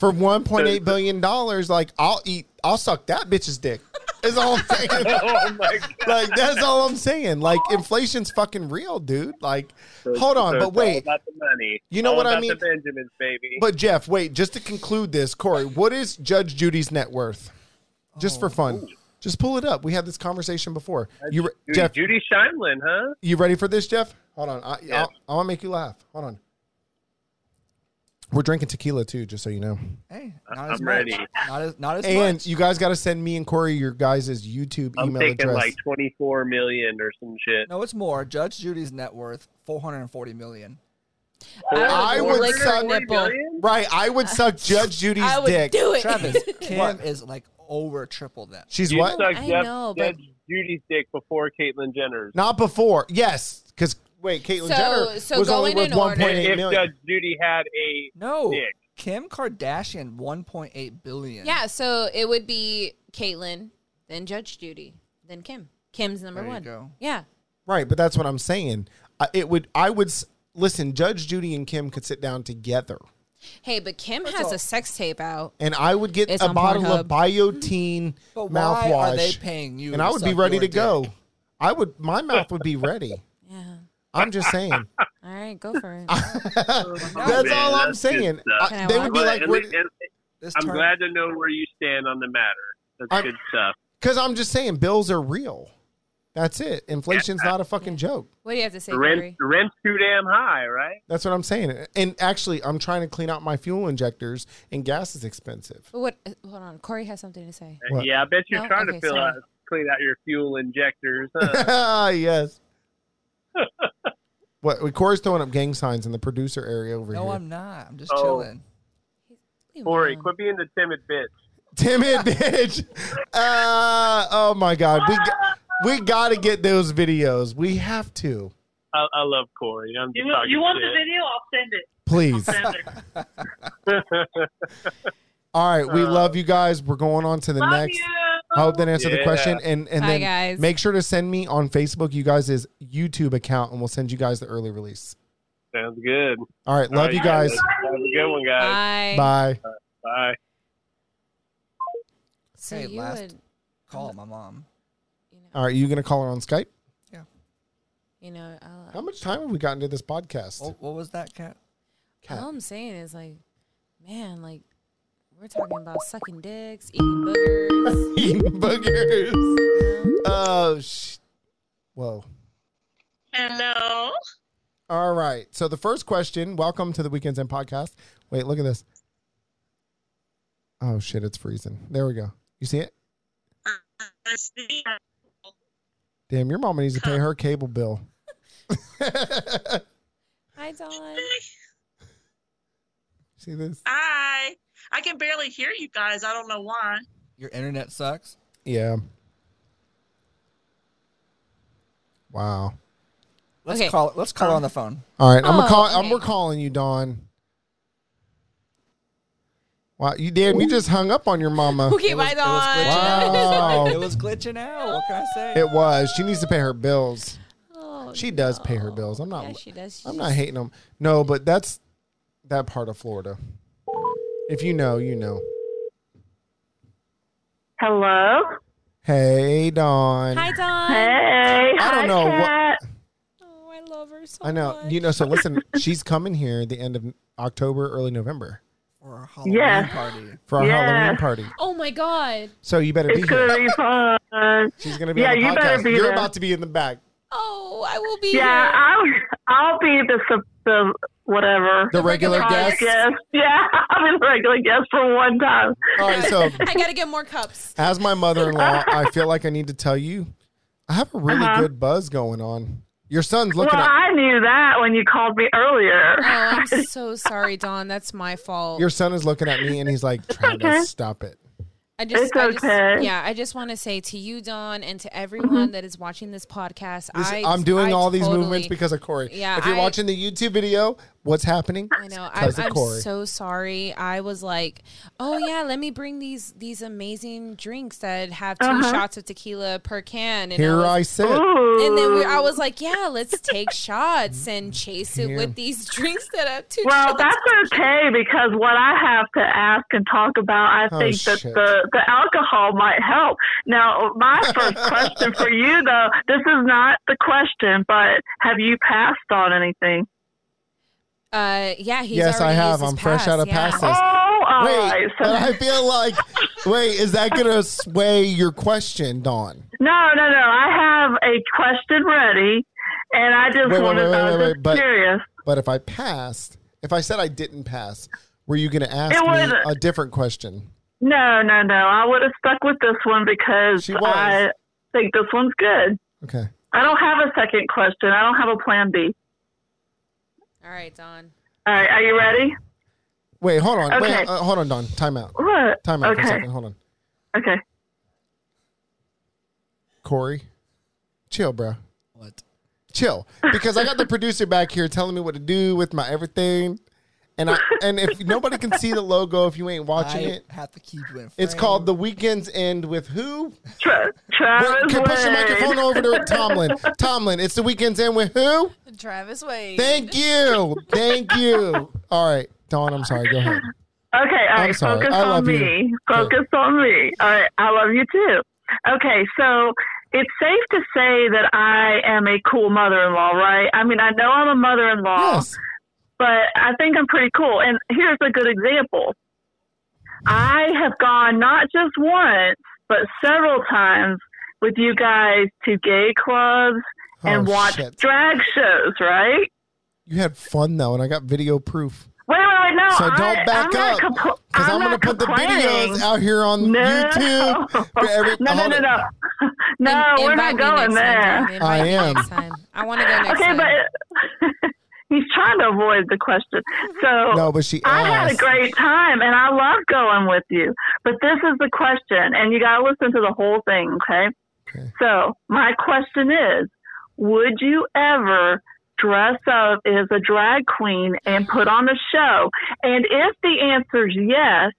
S1: For 1.8 billion dollars, like I'll eat, I'll suck that bitch's dick. Is all I'm saying.
S8: oh my God.
S1: like that's all I'm saying. Like inflation's fucking real, dude. Like, hold
S8: So
S1: on,
S8: it's
S1: but
S8: all
S1: wait.
S8: about the money.
S1: You know
S8: All
S1: what I
S8: about
S1: mean?
S8: The Benjamins, baby.
S1: But Jeff, wait. Just to conclude this, Corey, what is Judge Judy's net worth? Just for fun. Just pull it up. We had this conversation before. You, re-
S8: Oh. Judy,
S1: Jeff,
S8: Judy Sheinlin, huh?
S1: You ready for this, Jeff? Hold on. I,
S8: Yeah.
S1: I, I want to make you laugh. Hold on. We're drinking tequila too, just so you know.
S5: Hey,
S8: I-
S5: not as
S8: I'm
S5: much.
S8: ready.
S5: Not as not as
S1: And
S5: much.
S1: you guys got to send me and Corey your guys' YouTube
S8: I'm
S1: email
S8: thinking
S1: address.
S8: like 24 million or some shit.
S5: no, it's more. Judge Judy's net worth 440 million.
S1: I would
S3: lick her
S1: suck-
S3: nipple.
S1: right. I would suck Judge Judy's
S3: I would
S1: dick.
S3: do it.
S5: Travis, Kim is like over triple that.
S1: She's
S8: You
S1: what?
S8: suck
S3: I
S8: Jeff,
S3: know, but-
S8: Judge Judy's dick before Caitlyn Jenner's.
S1: Not before. Yes. Because, wait, Caitlyn
S3: So-
S1: Jenner
S3: so
S1: was only
S3: going
S1: worth
S3: in order-
S1: 1.8
S8: if
S1: million.
S8: Judge Judy had a
S5: No,
S8: Dick.
S5: Kim Kardashian 1.8 billion.
S3: Yeah, so it would be Caitlyn, then Judge Judy, then Kim. Kim's number
S5: There you
S3: one.
S5: go.
S3: Yeah.
S1: Right. But that's what I'm saying. I, it would, I would, s- listen, Judge Judy and Kim could sit down together.
S3: Hey, but Kim has a sex tape out.
S1: and I would get
S3: It's
S1: a
S3: on
S1: bottle of
S3: Pornhub.
S1: Biotine
S5: But
S1: mouthwash.
S5: why are they paying you
S1: And
S5: to
S1: I would be
S5: suck
S1: ready
S5: your
S1: to
S5: dick?
S1: go. I would. My mouth would be ready.
S3: Yeah.
S1: I'm just saying.
S3: All right, go for it.
S1: that's
S8: Oh, man,
S1: all I'm
S8: that's
S1: saying.
S8: good stuff.
S1: I-
S3: Can I
S1: they
S3: walk?
S1: would be
S8: Well,
S1: like,
S8: at least- at-
S5: This
S8: I'm
S5: term-
S8: glad to know where you stand on the matter. That's
S1: I'm-
S8: good stuff.
S1: because I'm just saying, bills are real. That's it. Inflation's not a fucking joke.
S3: What do you have to say,
S8: Rent,
S3: Corey?
S8: rent's too damn high, right?
S1: That's what I'm saying. And actually, I'm trying to clean out my fuel injectors, and gas is expensive.
S3: But what? uh, Hold on, Corey has something to say.
S1: What?
S8: Yeah, I bet you're
S3: No?
S8: trying to
S3: Okay,
S8: fill
S3: sorry.
S8: out, clean out your fuel injectors. Huh?
S1: yes. what? Corey's throwing up gang signs in the producer area over
S5: No,
S1: here.
S5: I'm not. I'm just
S8: Oh.
S5: chilling.
S3: Leave him
S8: Corey,
S3: alone.
S8: quit being the timid bitch.
S1: Timid bitch. Uh, oh my god, we got, we got to get those videos. We have to,
S8: I, I love Corey. I'm just
S11: You,
S8: talking
S11: you want the
S8: shit.
S11: video? I'll send it.
S1: please.
S11: Send it.
S1: All right, we love you guys. We're going on to the
S11: Love
S1: next.
S11: you.
S1: I hope that answered the
S8: Yeah.
S1: question. And and
S3: Bye,
S1: then
S3: guys.
S1: make sure to send me on Facebook you guys' YouTube account, and we'll send you guys the early release.
S8: Sounds good.
S1: All right, love
S8: All
S1: you
S8: right,
S1: guys.
S8: Have a good one, guys.
S3: Bye.
S1: Bye.
S8: Bye.
S3: So
S5: Hey,
S3: you
S5: last-
S3: would,
S5: Call my mom.
S3: you know,
S1: All right, you gonna call her on Skype?
S3: you know, I'll,
S1: How much time have we gotten to this podcast?
S5: Oh, What, what was that cat?
S1: Cat.
S3: all I'm saying is like, man, like we're talking about sucking dicks, eating boogers.
S1: boogers. Oh sh- Whoa.
S11: Hello.
S1: All right. So the first question. Welcome to the Weekends End podcast. Wait, look at this. Oh shit! It's freezing. There we go. You see it?
S11: I see.
S1: Damn, your mama needs to pay her cable bill.
S3: Hi, Dawn.
S1: see this?
S11: Hi. I can barely hear you guys. I don't know why.
S5: Your internet sucks.
S1: Yeah. Wow.
S5: Let's
S3: Okay.
S5: call. Let's call her on the phone.
S1: All right, I'm gonna
S3: Oh,
S1: call. I'm
S3: okay.
S1: we're calling you, Dawn. Wow, you damn, you just hung up on your mama.
S3: Okay,
S5: It was-
S3: bye,
S5: it was
S3: Dawn.
S1: Wow,
S5: glitching out. It was glitching out. What can I say?
S1: Oh. it was. She needs to pay her bills.
S3: Oh,
S1: She does pay her bills. I'm not.
S3: yeah, she does.
S1: I'm not hating them. No, but that's that part of Florida. If you know, you know.
S9: Hello.
S1: Hey, Dawn.
S3: Hi, Dawn.
S9: Hey.
S1: I don't know what-
S3: Oh, I love her so
S1: I know.
S3: much.
S1: You know. So listen, she's coming here at the end of October, early November
S5: For our Halloween
S9: Yes.
S5: party.
S1: for our
S9: Yeah.
S1: Halloween party.
S3: Oh my God.
S1: So you better be
S9: It's
S1: here.
S9: gonna be fun.
S1: She's gonna be
S9: Yeah,
S1: on the
S9: you better
S1: podcast.
S9: be
S1: You're
S9: there.
S1: about to be in the back.
S3: Oh, I will be.
S9: Yeah,
S3: Here.
S9: I'll I'll be the sub- the whatever.
S1: The regular
S9: Podcast
S1: guest.
S9: guest. Yeah, I'll be the regular guest for one time.
S1: All right. So
S3: I gotta get more cups.
S1: as my mother-in-law, I feel like I need to tell you, I have a really good buzz going on. Your son's
S9: Uh-huh. Well,
S1: looking at
S9: I knew that when you called me earlier.
S3: Oh, I'm so sorry, Dawn. That's my fault.
S1: your son is looking at me, and he's like, trying to stop it.
S3: I just,
S9: It's
S3: I just-
S9: okay. Mm-hmm.
S3: yeah, I just want to say to you, Dawn, and to everyone that is watching this podcast,
S1: This-
S3: I,
S1: I'm doing
S3: I
S1: all these
S3: totally-
S1: movements because of Corey.
S3: Yeah,
S1: if you're
S3: I-
S1: watching the YouTube video, what's happening?
S3: I know. I,
S1: Because of
S3: I'm
S1: Corey.
S3: so sorry. I was like, oh yeah, let me bring these these amazing drinks that have 2
S9: Uh-huh.
S3: shots of tequila per can. And I
S1: Here
S3: was-
S1: I sit.
S9: Ooh.
S3: And then we, I was like, yeah, let's take shots and chase it
S1: Here.
S3: with these drinks that have two
S9: Well,
S3: shots.
S9: that's okay because what I have to ask and talk about, I
S1: Oh,
S9: think that
S1: shit.
S9: the, the alcohol might help. Now, my first question for you, though, this is not the question, but have you passed on anything?
S3: uh, yeah, he's
S1: Yes, I
S3: already
S1: have.
S3: used his
S1: I'm fresh
S3: pass,
S1: out of
S3: yeah.
S9: Oh,
S1: passes.
S9: all
S1: wait,
S9: right. So,
S1: but I feel like, wait, is that gonna sway your question, Dawn?
S9: no, no, no. I have a question ready, and I just
S1: Wait, wait,
S9: wanted,
S1: wait,
S9: I
S1: wait,
S9: was
S1: wait,
S9: just
S1: but-
S9: curious.
S1: But if I passed, if I said I didn't pass, were you gonna ask
S9: It
S1: me
S9: wasn't.
S1: a different question?
S9: No, no, no. I would have stuck with this one because
S1: She was.
S9: I think this one's good.
S1: Okay.
S9: I don't have a second question. I don't have a plan B.
S3: All right, Dawn.
S9: All right, are you ready?
S1: Wait, hold on.
S9: Okay.
S1: Wait, uh, hold on, Don. Time out.
S9: What?
S1: Time out for a
S9: Okay.
S1: second. Hold on.
S9: Okay.
S1: Corey, chill, bro.
S5: What?
S1: Chill. Because I got the producer back here telling me what to do with my everything. And I and if nobody can see the logo if you ain't watching
S5: I
S1: it,
S5: have to keep you in frame.
S1: it's called The Weekends End with who?
S9: Tra-
S1: Wait,
S9: Travis
S1: can push the microphone
S9: Wade.
S1: over to Tomlin. Tomlin, it's The Weekends End with who?
S4: Travis Wade.
S1: Thank you. Thank you. All right. Dawn, I'm sorry. Go ahead.
S9: Okay, all
S1: I'm
S9: right,
S1: sorry.
S9: focus
S1: I love
S9: on
S1: you.
S9: me. Focus on me. All right, I love you too. Okay, so it's safe to say that I am a cool mother in law, right? I mean, I know I'm a mother in law,
S1: Yes.
S9: but I think I'm pretty cool. And here's a good example I have gone not just once, but several times with you guys to gay clubs and
S1: Oh,
S9: watched
S1: shit.
S9: drag shows, right?
S1: You had fun though, and I got video proof.
S9: Wait, wait, wait, no.
S1: So don't
S9: I,
S1: back
S9: I'm
S1: up,
S9: Because
S1: Because I'm, going to put the videos out here on YouTube. for every-
S9: no, no,
S1: hold
S9: no,
S1: it.
S9: no. No,
S3: In-
S9: we're
S3: invite
S9: not
S3: me next time,
S9: going there.
S3: Dawn. Invite
S1: I
S3: me
S1: am.
S3: Next time. I want to go next
S9: Okay,
S3: time.
S9: but he's trying to to avoid the question. So
S1: No, but she
S9: I had a
S1: asked.
S9: great time and I love going with you. But this is the question, and you got to listen to the whole thing, okay? So, my question is Would you ever dress up as a drag queen and put on a show? And if the answer is yes,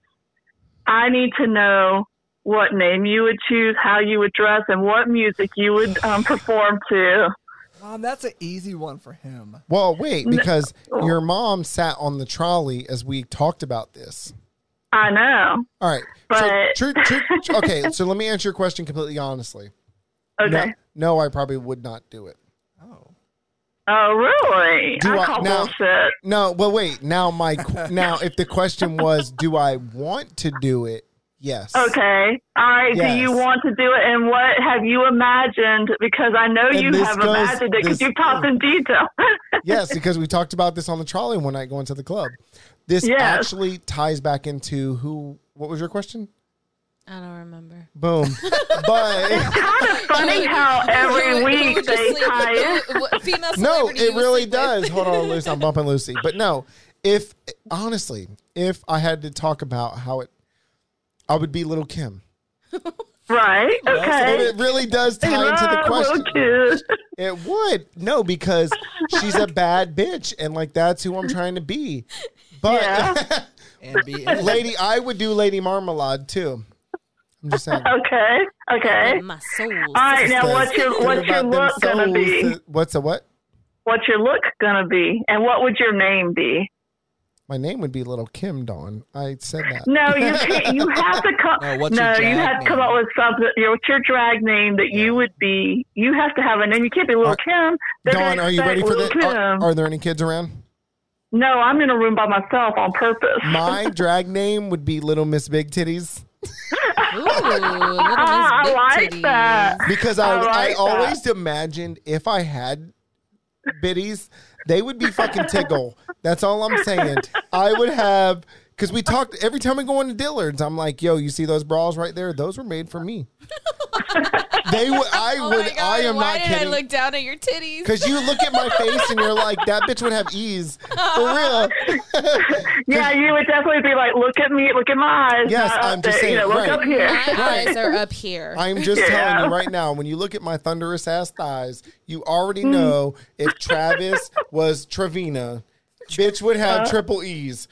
S9: I need to know what name you would choose, how you would dress, and what music you would um, perform to.
S5: Mom, that's an easy one for him.
S1: Well, wait, because your mom sat on the trolley as we talked about this.
S9: I know.
S1: All right.
S9: But-
S1: so, tru- tru- tru- okay, so let me answer your question completely honestly.
S9: Okay.
S1: No, no, I probably would not do it.
S9: Oh, really? I, call bullshit.
S1: No, but wait. Now my qu- now if the question was, do I want to do it? Yes.
S9: Okay. All right. Do you
S1: Yes.
S9: want to do it? And what have you imagined? Because I know
S1: And
S9: you
S1: this
S9: have
S1: goes-
S9: imagined it because
S1: this-
S9: you talked in detail.
S1: yes, because we talked about this on the trolley one night going to the club. This
S9: Yes.
S1: actually ties back into who. What was your question?
S3: I don't remember.
S1: Boom. but
S9: kind of funny how every
S3: Who- who
S9: week
S3: would you
S9: they
S3: sleep-
S9: tie it.
S3: who- what female
S1: no,
S3: celebrity
S1: it
S3: you would
S1: really
S3: sleep with?
S1: does. Hold on, Lucy. I'm bumping Lucy. But no, if honestly, if I had to talk about how it, I would be Little Kim.
S9: Right.
S1: But
S9: Okay.
S1: it really does tie into the
S9: Ah,
S1: question.
S9: little kid.
S1: It would. No, because she's a bad bitch and like that's who I'm trying to be. But
S9: Yeah.
S5: And be in it.
S1: Lady I would do Lady Marmalade too. I'm just saying.
S9: Okay. Okay.
S3: My soul.
S9: All right. Now, what's your
S1: Think
S9: what's your
S1: about them
S9: look gonna
S1: souls
S9: be?
S1: that- What's a what?
S9: What's your look gonna be? And what would your name be?
S1: My name would be Little Kim Dawn. I said that.
S9: No, you can't. You have to come.
S5: No,
S9: No,
S5: Oh, what's your
S9: you
S5: drag
S9: have to come
S5: name?
S9: up with something. Your, what's your drag name that you would be. You have to have a name. You can't be Little
S1: Are-
S9: Kim. They're
S1: Dawn,
S9: gonna
S1: are you
S9: expect
S1: ready for
S9: Lil'
S1: that? Are,
S9: Kim.
S1: are there any kids around?
S9: no, I'm in a room by myself on purpose.
S1: My drag name would be Little Miss Big Titties
S3: Ooh, little Miss
S9: Ah,
S3: Big
S9: I like
S3: Titties.
S9: that.
S1: because I,
S9: I like
S1: I
S9: that.
S1: always imagined if I had biddies, they would be fucking tickle. That's all I'm saying. I would have because we talked every time we go into Dillard's. I'm like, yo, you see those bras right there? Those were made for me. they would. I
S3: Oh
S1: would.
S3: my God,
S1: I am
S3: why
S1: not
S3: did
S1: kidding.
S3: I look down at your titties?
S1: Cause you look at my face and you're like, that bitch would have ease for real.
S9: Yeah, you would definitely be like, look at me, look at my eyes.
S1: Yes,
S9: not up
S1: I'm just
S9: there, you
S1: saying,
S9: know, look
S1: right.
S9: up here.
S3: My eyes are up here.
S1: I'm just
S9: Yeah.
S1: telling you right now, when you look at my thunderous ass thighs, you
S9: Mm.
S1: already know if Travis was Travina, bitch would have triple E's.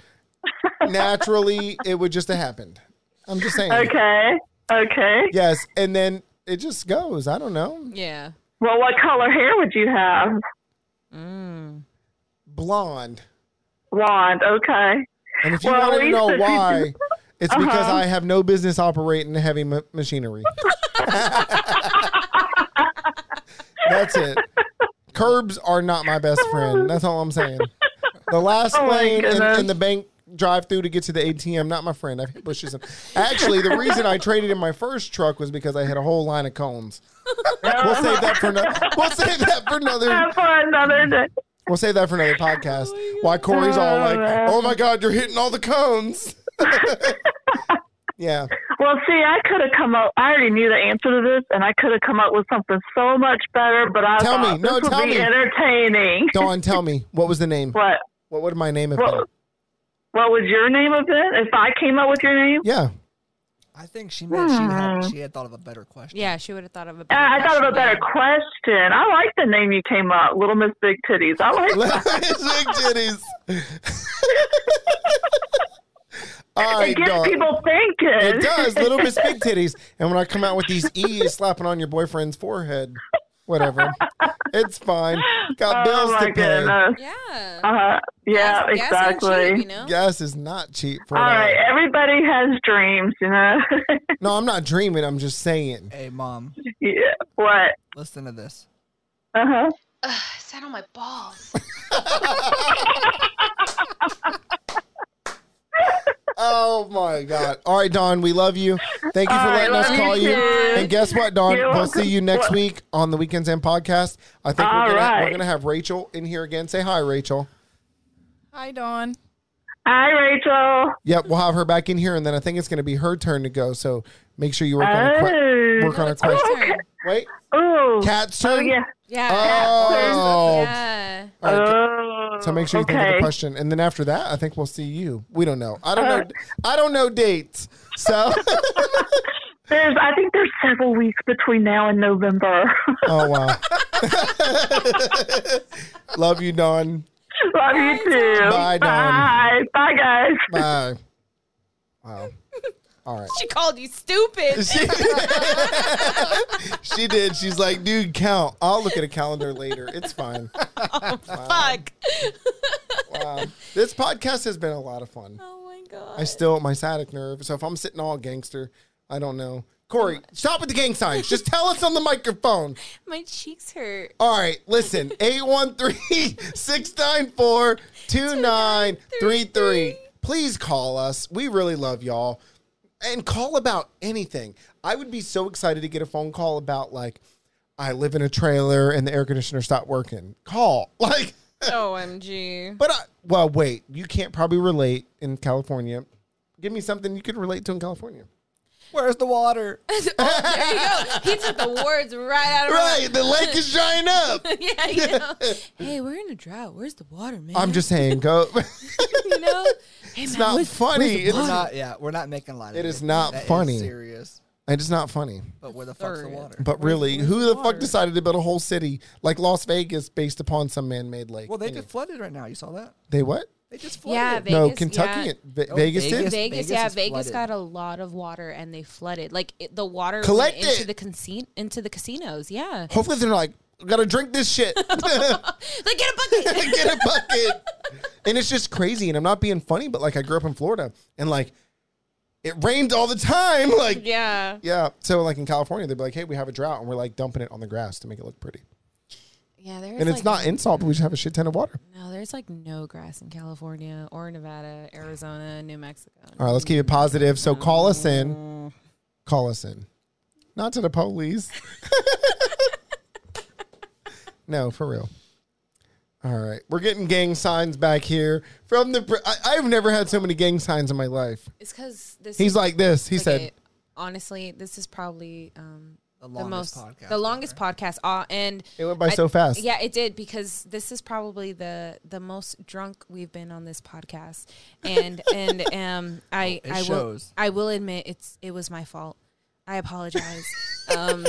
S1: Naturally, it would just have happened. I'm just saying.
S9: Okay, okay.
S1: Yes. And then it just goes. I don't know.
S3: yeah.
S9: Well, what color hair would you have?
S1: Blonde.
S9: Blonde. Okay.
S1: And if you
S9: Well,
S1: wanted to
S9: we
S1: know
S9: said you-
S1: why, it's because
S9: Uh-huh.
S1: I have no business operating heavy ma- machinery. That's it. Curbs are not my best friend. That's all I'm saying. The last
S9: Oh my
S1: lane in,
S9: goodness.
S1: in the bank drive through to get to the ATM, not my friend. I've hit bushes. and- Actually, the reason I traded in my first truck was because I had a whole line of cones. We'll save that for another. We'll save that for another.
S9: Have fun another day.
S1: We'll save that for another podcast. Why Corey's all
S9: Oh,
S1: like,
S9: man.
S1: "Oh my God, you're hitting all the cones." yeah,
S9: Well, see, I could have come up. I already knew the answer to this, and I could have come up with something so much better. But I
S1: Tell me.
S9: thought
S1: No,
S9: this would
S1: tell
S9: be
S1: me.
S9: entertaining.
S1: Dawn, tell me what was the name?
S9: What?
S1: What would my name have been?
S9: What? What was your name of it? If I came up with your name,
S1: Yeah,
S5: I think she meant she had she had thought of a better question.
S3: Yeah, she would have thought of a
S9: Uh,
S3: better
S9: I thought of a
S3: question,
S9: better
S3: yeah.
S9: question. I like the name you came up, Little Miss Big Titties. I like
S1: Big
S9: that.
S1: titties. all
S9: It
S1: right,
S9: gets
S1: Dawn.
S9: people thinking.
S1: It does, little Miss Big Titties. And when I come out with these E's slapping on your boyfriend's forehead, whatever. It's fine. Got bills
S9: oh my
S1: to pay.
S9: goodness.
S3: Yeah.
S9: Uh,
S3: Gas-
S9: yeah,
S3: gas ain't cheap,
S9: exactly.
S3: you know?
S1: Gas is not cheap for
S9: All
S1: that.
S9: right, everybody has dreams, you know.
S1: No, I'm not dreaming. I'm just saying.
S5: Hey, mom,
S9: yeah. What?
S5: listen to this.
S9: Uh huh.
S2: Ugh, sat on my balls.
S1: Oh my God. All right, Dawn, we love you. Thank you for
S9: All right,
S1: letting us
S9: love
S1: call
S9: you
S1: you.
S9: too.
S1: And guess what, Dawn?
S9: You're
S1: we'll
S9: welcome.
S1: see you next
S9: Well-
S1: week on the Weekends End podcast. I think we're
S9: All
S1: gonna we're
S9: right.
S1: gonna have Rachel in here again. Say hi, Rachel.
S4: Hi, Dawn.
S9: Hi, Rachel.
S1: Yep, we'll have her back in here, and then I think it's gonna be her turn to go. So make sure you work on a que-
S9: Oh.
S1: work on a
S3: Her
S1: question.
S3: turn.
S1: Wait,
S9: Ooh.
S1: cat's
S9: Oh
S1: turn.
S9: yeah.
S3: Yeah.
S1: Oh.
S3: Yeah.
S1: All right,
S9: Oh.
S1: So make sure you think of the
S9: okay.
S1: question, and then after that, I think we'll see you. We don't know. I don't
S9: Uh,
S1: know. I don't know dates. So
S9: There's, I think there's several weeks between now and November.
S1: oh wow, love you, Dawn.
S9: Love you too.
S1: Bye, Dawn.
S9: Bye. Bye, guys.
S1: Bye. Wow. All right.
S3: She called you stupid.
S1: She, she did. She's like, dude, count. I'll look at a calendar later. It's fine.
S3: Fuck.
S1: Wow. This podcast has been a lot of fun.
S3: Oh my
S1: I
S3: god.
S1: still my sciatic nerve. So if I'm sitting all gangster, I don't know. Corey, stop with the gang signs. Just tell us on the microphone.
S3: My cheeks hurt.
S1: All right, listen. 813-694-2933. Please call us. We really love y'all. And call about anything. I would be so excited to get a phone call about like I live in a trailer and the air conditioner stopped working. Call. Like
S3: OMG.
S1: but I, well, wait. You can't probably relate in California. Give me something you could relate to in California.
S5: Where's the water?
S3: Oh, There you go. He took the words right out of
S1: Right, the lake is drying up.
S3: my Yeah, you know. Hey, we're in a drought. Where's the water, man?
S1: I'm just saying, go.
S3: you know? Hey
S1: it's
S3: man,
S1: not
S3: where's-
S1: funny. It's
S5: We're
S1: not.
S5: not. Yeah, we're not making light of
S1: It
S5: it.
S1: is not
S5: That is
S1: funny.
S5: serious.
S1: It's not funny.
S5: But where the fuck's the water?
S1: But really, who the fuck decided to build a whole city like Las Vegas based upon some man-made lake?
S5: Well, they
S1: Anyway.
S5: just flooded right now. You saw that?
S1: They what?
S5: They just flooded.
S3: yeah, Vegas.
S1: no, Kentucky.
S3: yeah.
S1: and Ve-
S5: Oh,
S1: Vegas, did.
S5: Vegas.
S3: Vegas, yeah,
S5: is
S3: Vegas
S5: flooded.
S3: got a lot of water and they flooded. Like it, the water
S1: Collect
S3: went into
S1: it.
S3: the casino, into the casinos. Yeah,
S1: Hopefully, they're like, gotta drink this shit.
S3: like get a bucket.
S1: get a bucket. and it's just crazy. And I'm not being funny, but like I grew up in Florida and like it rained all the time. Like, yeah.
S4: Yeah.
S1: So like in California, they'd be like, hey, we have a drought and we're like dumping it on the grass to make it look pretty.
S3: yeah, there's
S1: and it's
S3: like,
S1: not insult, but we just have a shit ton of water.
S3: No, there's like no grass in California or Nevada, Arizona, New Mexico.
S1: All right, let's keep it positive. So call us in. Call us in. Not to the police. no, for real. All right, we're getting gang signs back here from the. pr- I, I've never had so many gang signs in my life.
S3: It's because this.
S1: He's like this. He said,
S3: Okay, honestly, this is probably um,
S5: The
S3: the
S5: longest
S3: most
S5: podcast.
S3: the longest podcast. Uh, and
S1: It went by so fast.
S3: Yeah, it did because this is probably the the most drunk we've been on this podcast. And and um, I
S5: It
S3: I
S5: shows.
S3: will I will admit it's it was my fault. I apologize. um,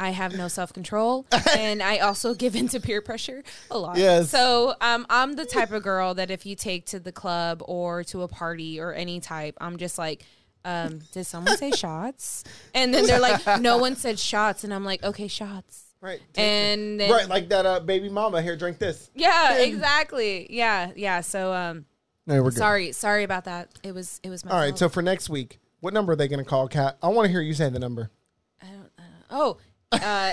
S3: I have no self control, and I also give in to peer pressure a lot.
S1: Yes.
S3: So um, I'm the type of girl that if you take to the club or to a party or any type, I'm just like, um, did someone say shots? And then they're like, no one said shots, and I'm like, okay, shots.
S1: Right.
S3: And then,
S1: Right, like that uh, baby mama here, drink this.
S3: yeah, exactly. Yeah, yeah. So um,
S1: No, we're good.
S3: sorry, sorry about that. It was it was my
S1: All right, so
S3: fault.
S1: for next week, what number are they going to call, Kat? I want to hear you say the number.
S3: oh. Uh,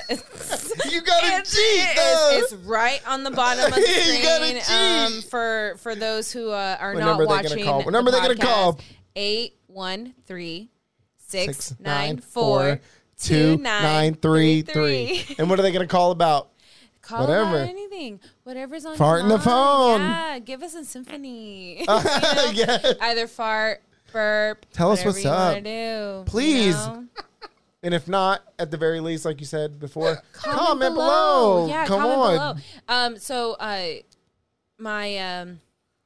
S3: it's,
S1: You got a
S3: it's,
S1: G, though.
S3: it's right on the bottom of the
S1: You got a
S3: screen.
S1: G.
S3: Um, for for those who uh, are
S1: What
S3: not
S1: number they gonna
S3: watching,
S1: call? What number
S3: the
S1: they gonna call?
S3: podcast, Eight one three six
S1: Six,
S3: nine
S1: nine,
S3: four
S1: four,
S3: two
S1: two,
S3: nine
S1: nine,
S3: three
S1: three,
S3: three.
S1: three. And what are they going to call about?
S3: Call
S1: Whatever.
S3: about anything, whatever's on
S1: Fart
S3: your
S1: in the
S3: mind.
S1: phone.
S3: Yeah, give us a symphony. You know?
S1: yeah.
S3: either fart, burp.
S1: Tell us
S3: whatever
S1: what's
S3: you wanna
S1: up.
S3: Do, you
S1: Please.
S3: know?
S1: And if not, at the very least, like you said before, comment, below.
S3: Yeah,
S1: Come
S3: comment
S1: on.
S3: below. Um, so uh, my um,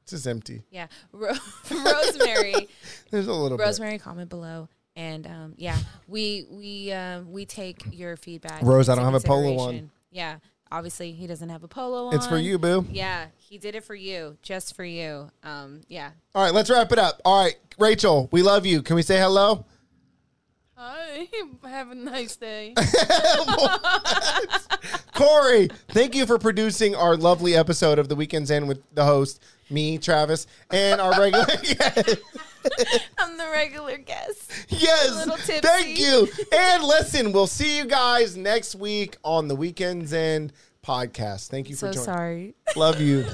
S1: This is empty.
S3: yeah, Ro- Rosemary,
S1: There's a little
S3: Rosemary, comment below, and um, yeah, we we um, we take your feedback.
S1: Rose, I
S3: into
S1: don't have a polo on.
S3: consideration. Yeah, obviously he doesn't have a polo on.
S1: bit. It's for you, boo.
S3: Yeah, he did it for you, just for you. Um, yeah.
S1: All right, let's wrap it up. All right, Rachel, we love you. Can we say hello?
S4: Hi. Have a nice day.
S1: Corey, thank you for producing our lovely episode of The Weekend's End with the host, me, Travis, and our regular guest.
S3: I'm the regular guest.
S1: Yes.
S3: little tipsy.
S1: Thank you. And listen, we'll see you guys next week on The Weekend's End podcast. Thank you for
S3: So
S1: joining.
S3: sorry.
S1: Love you.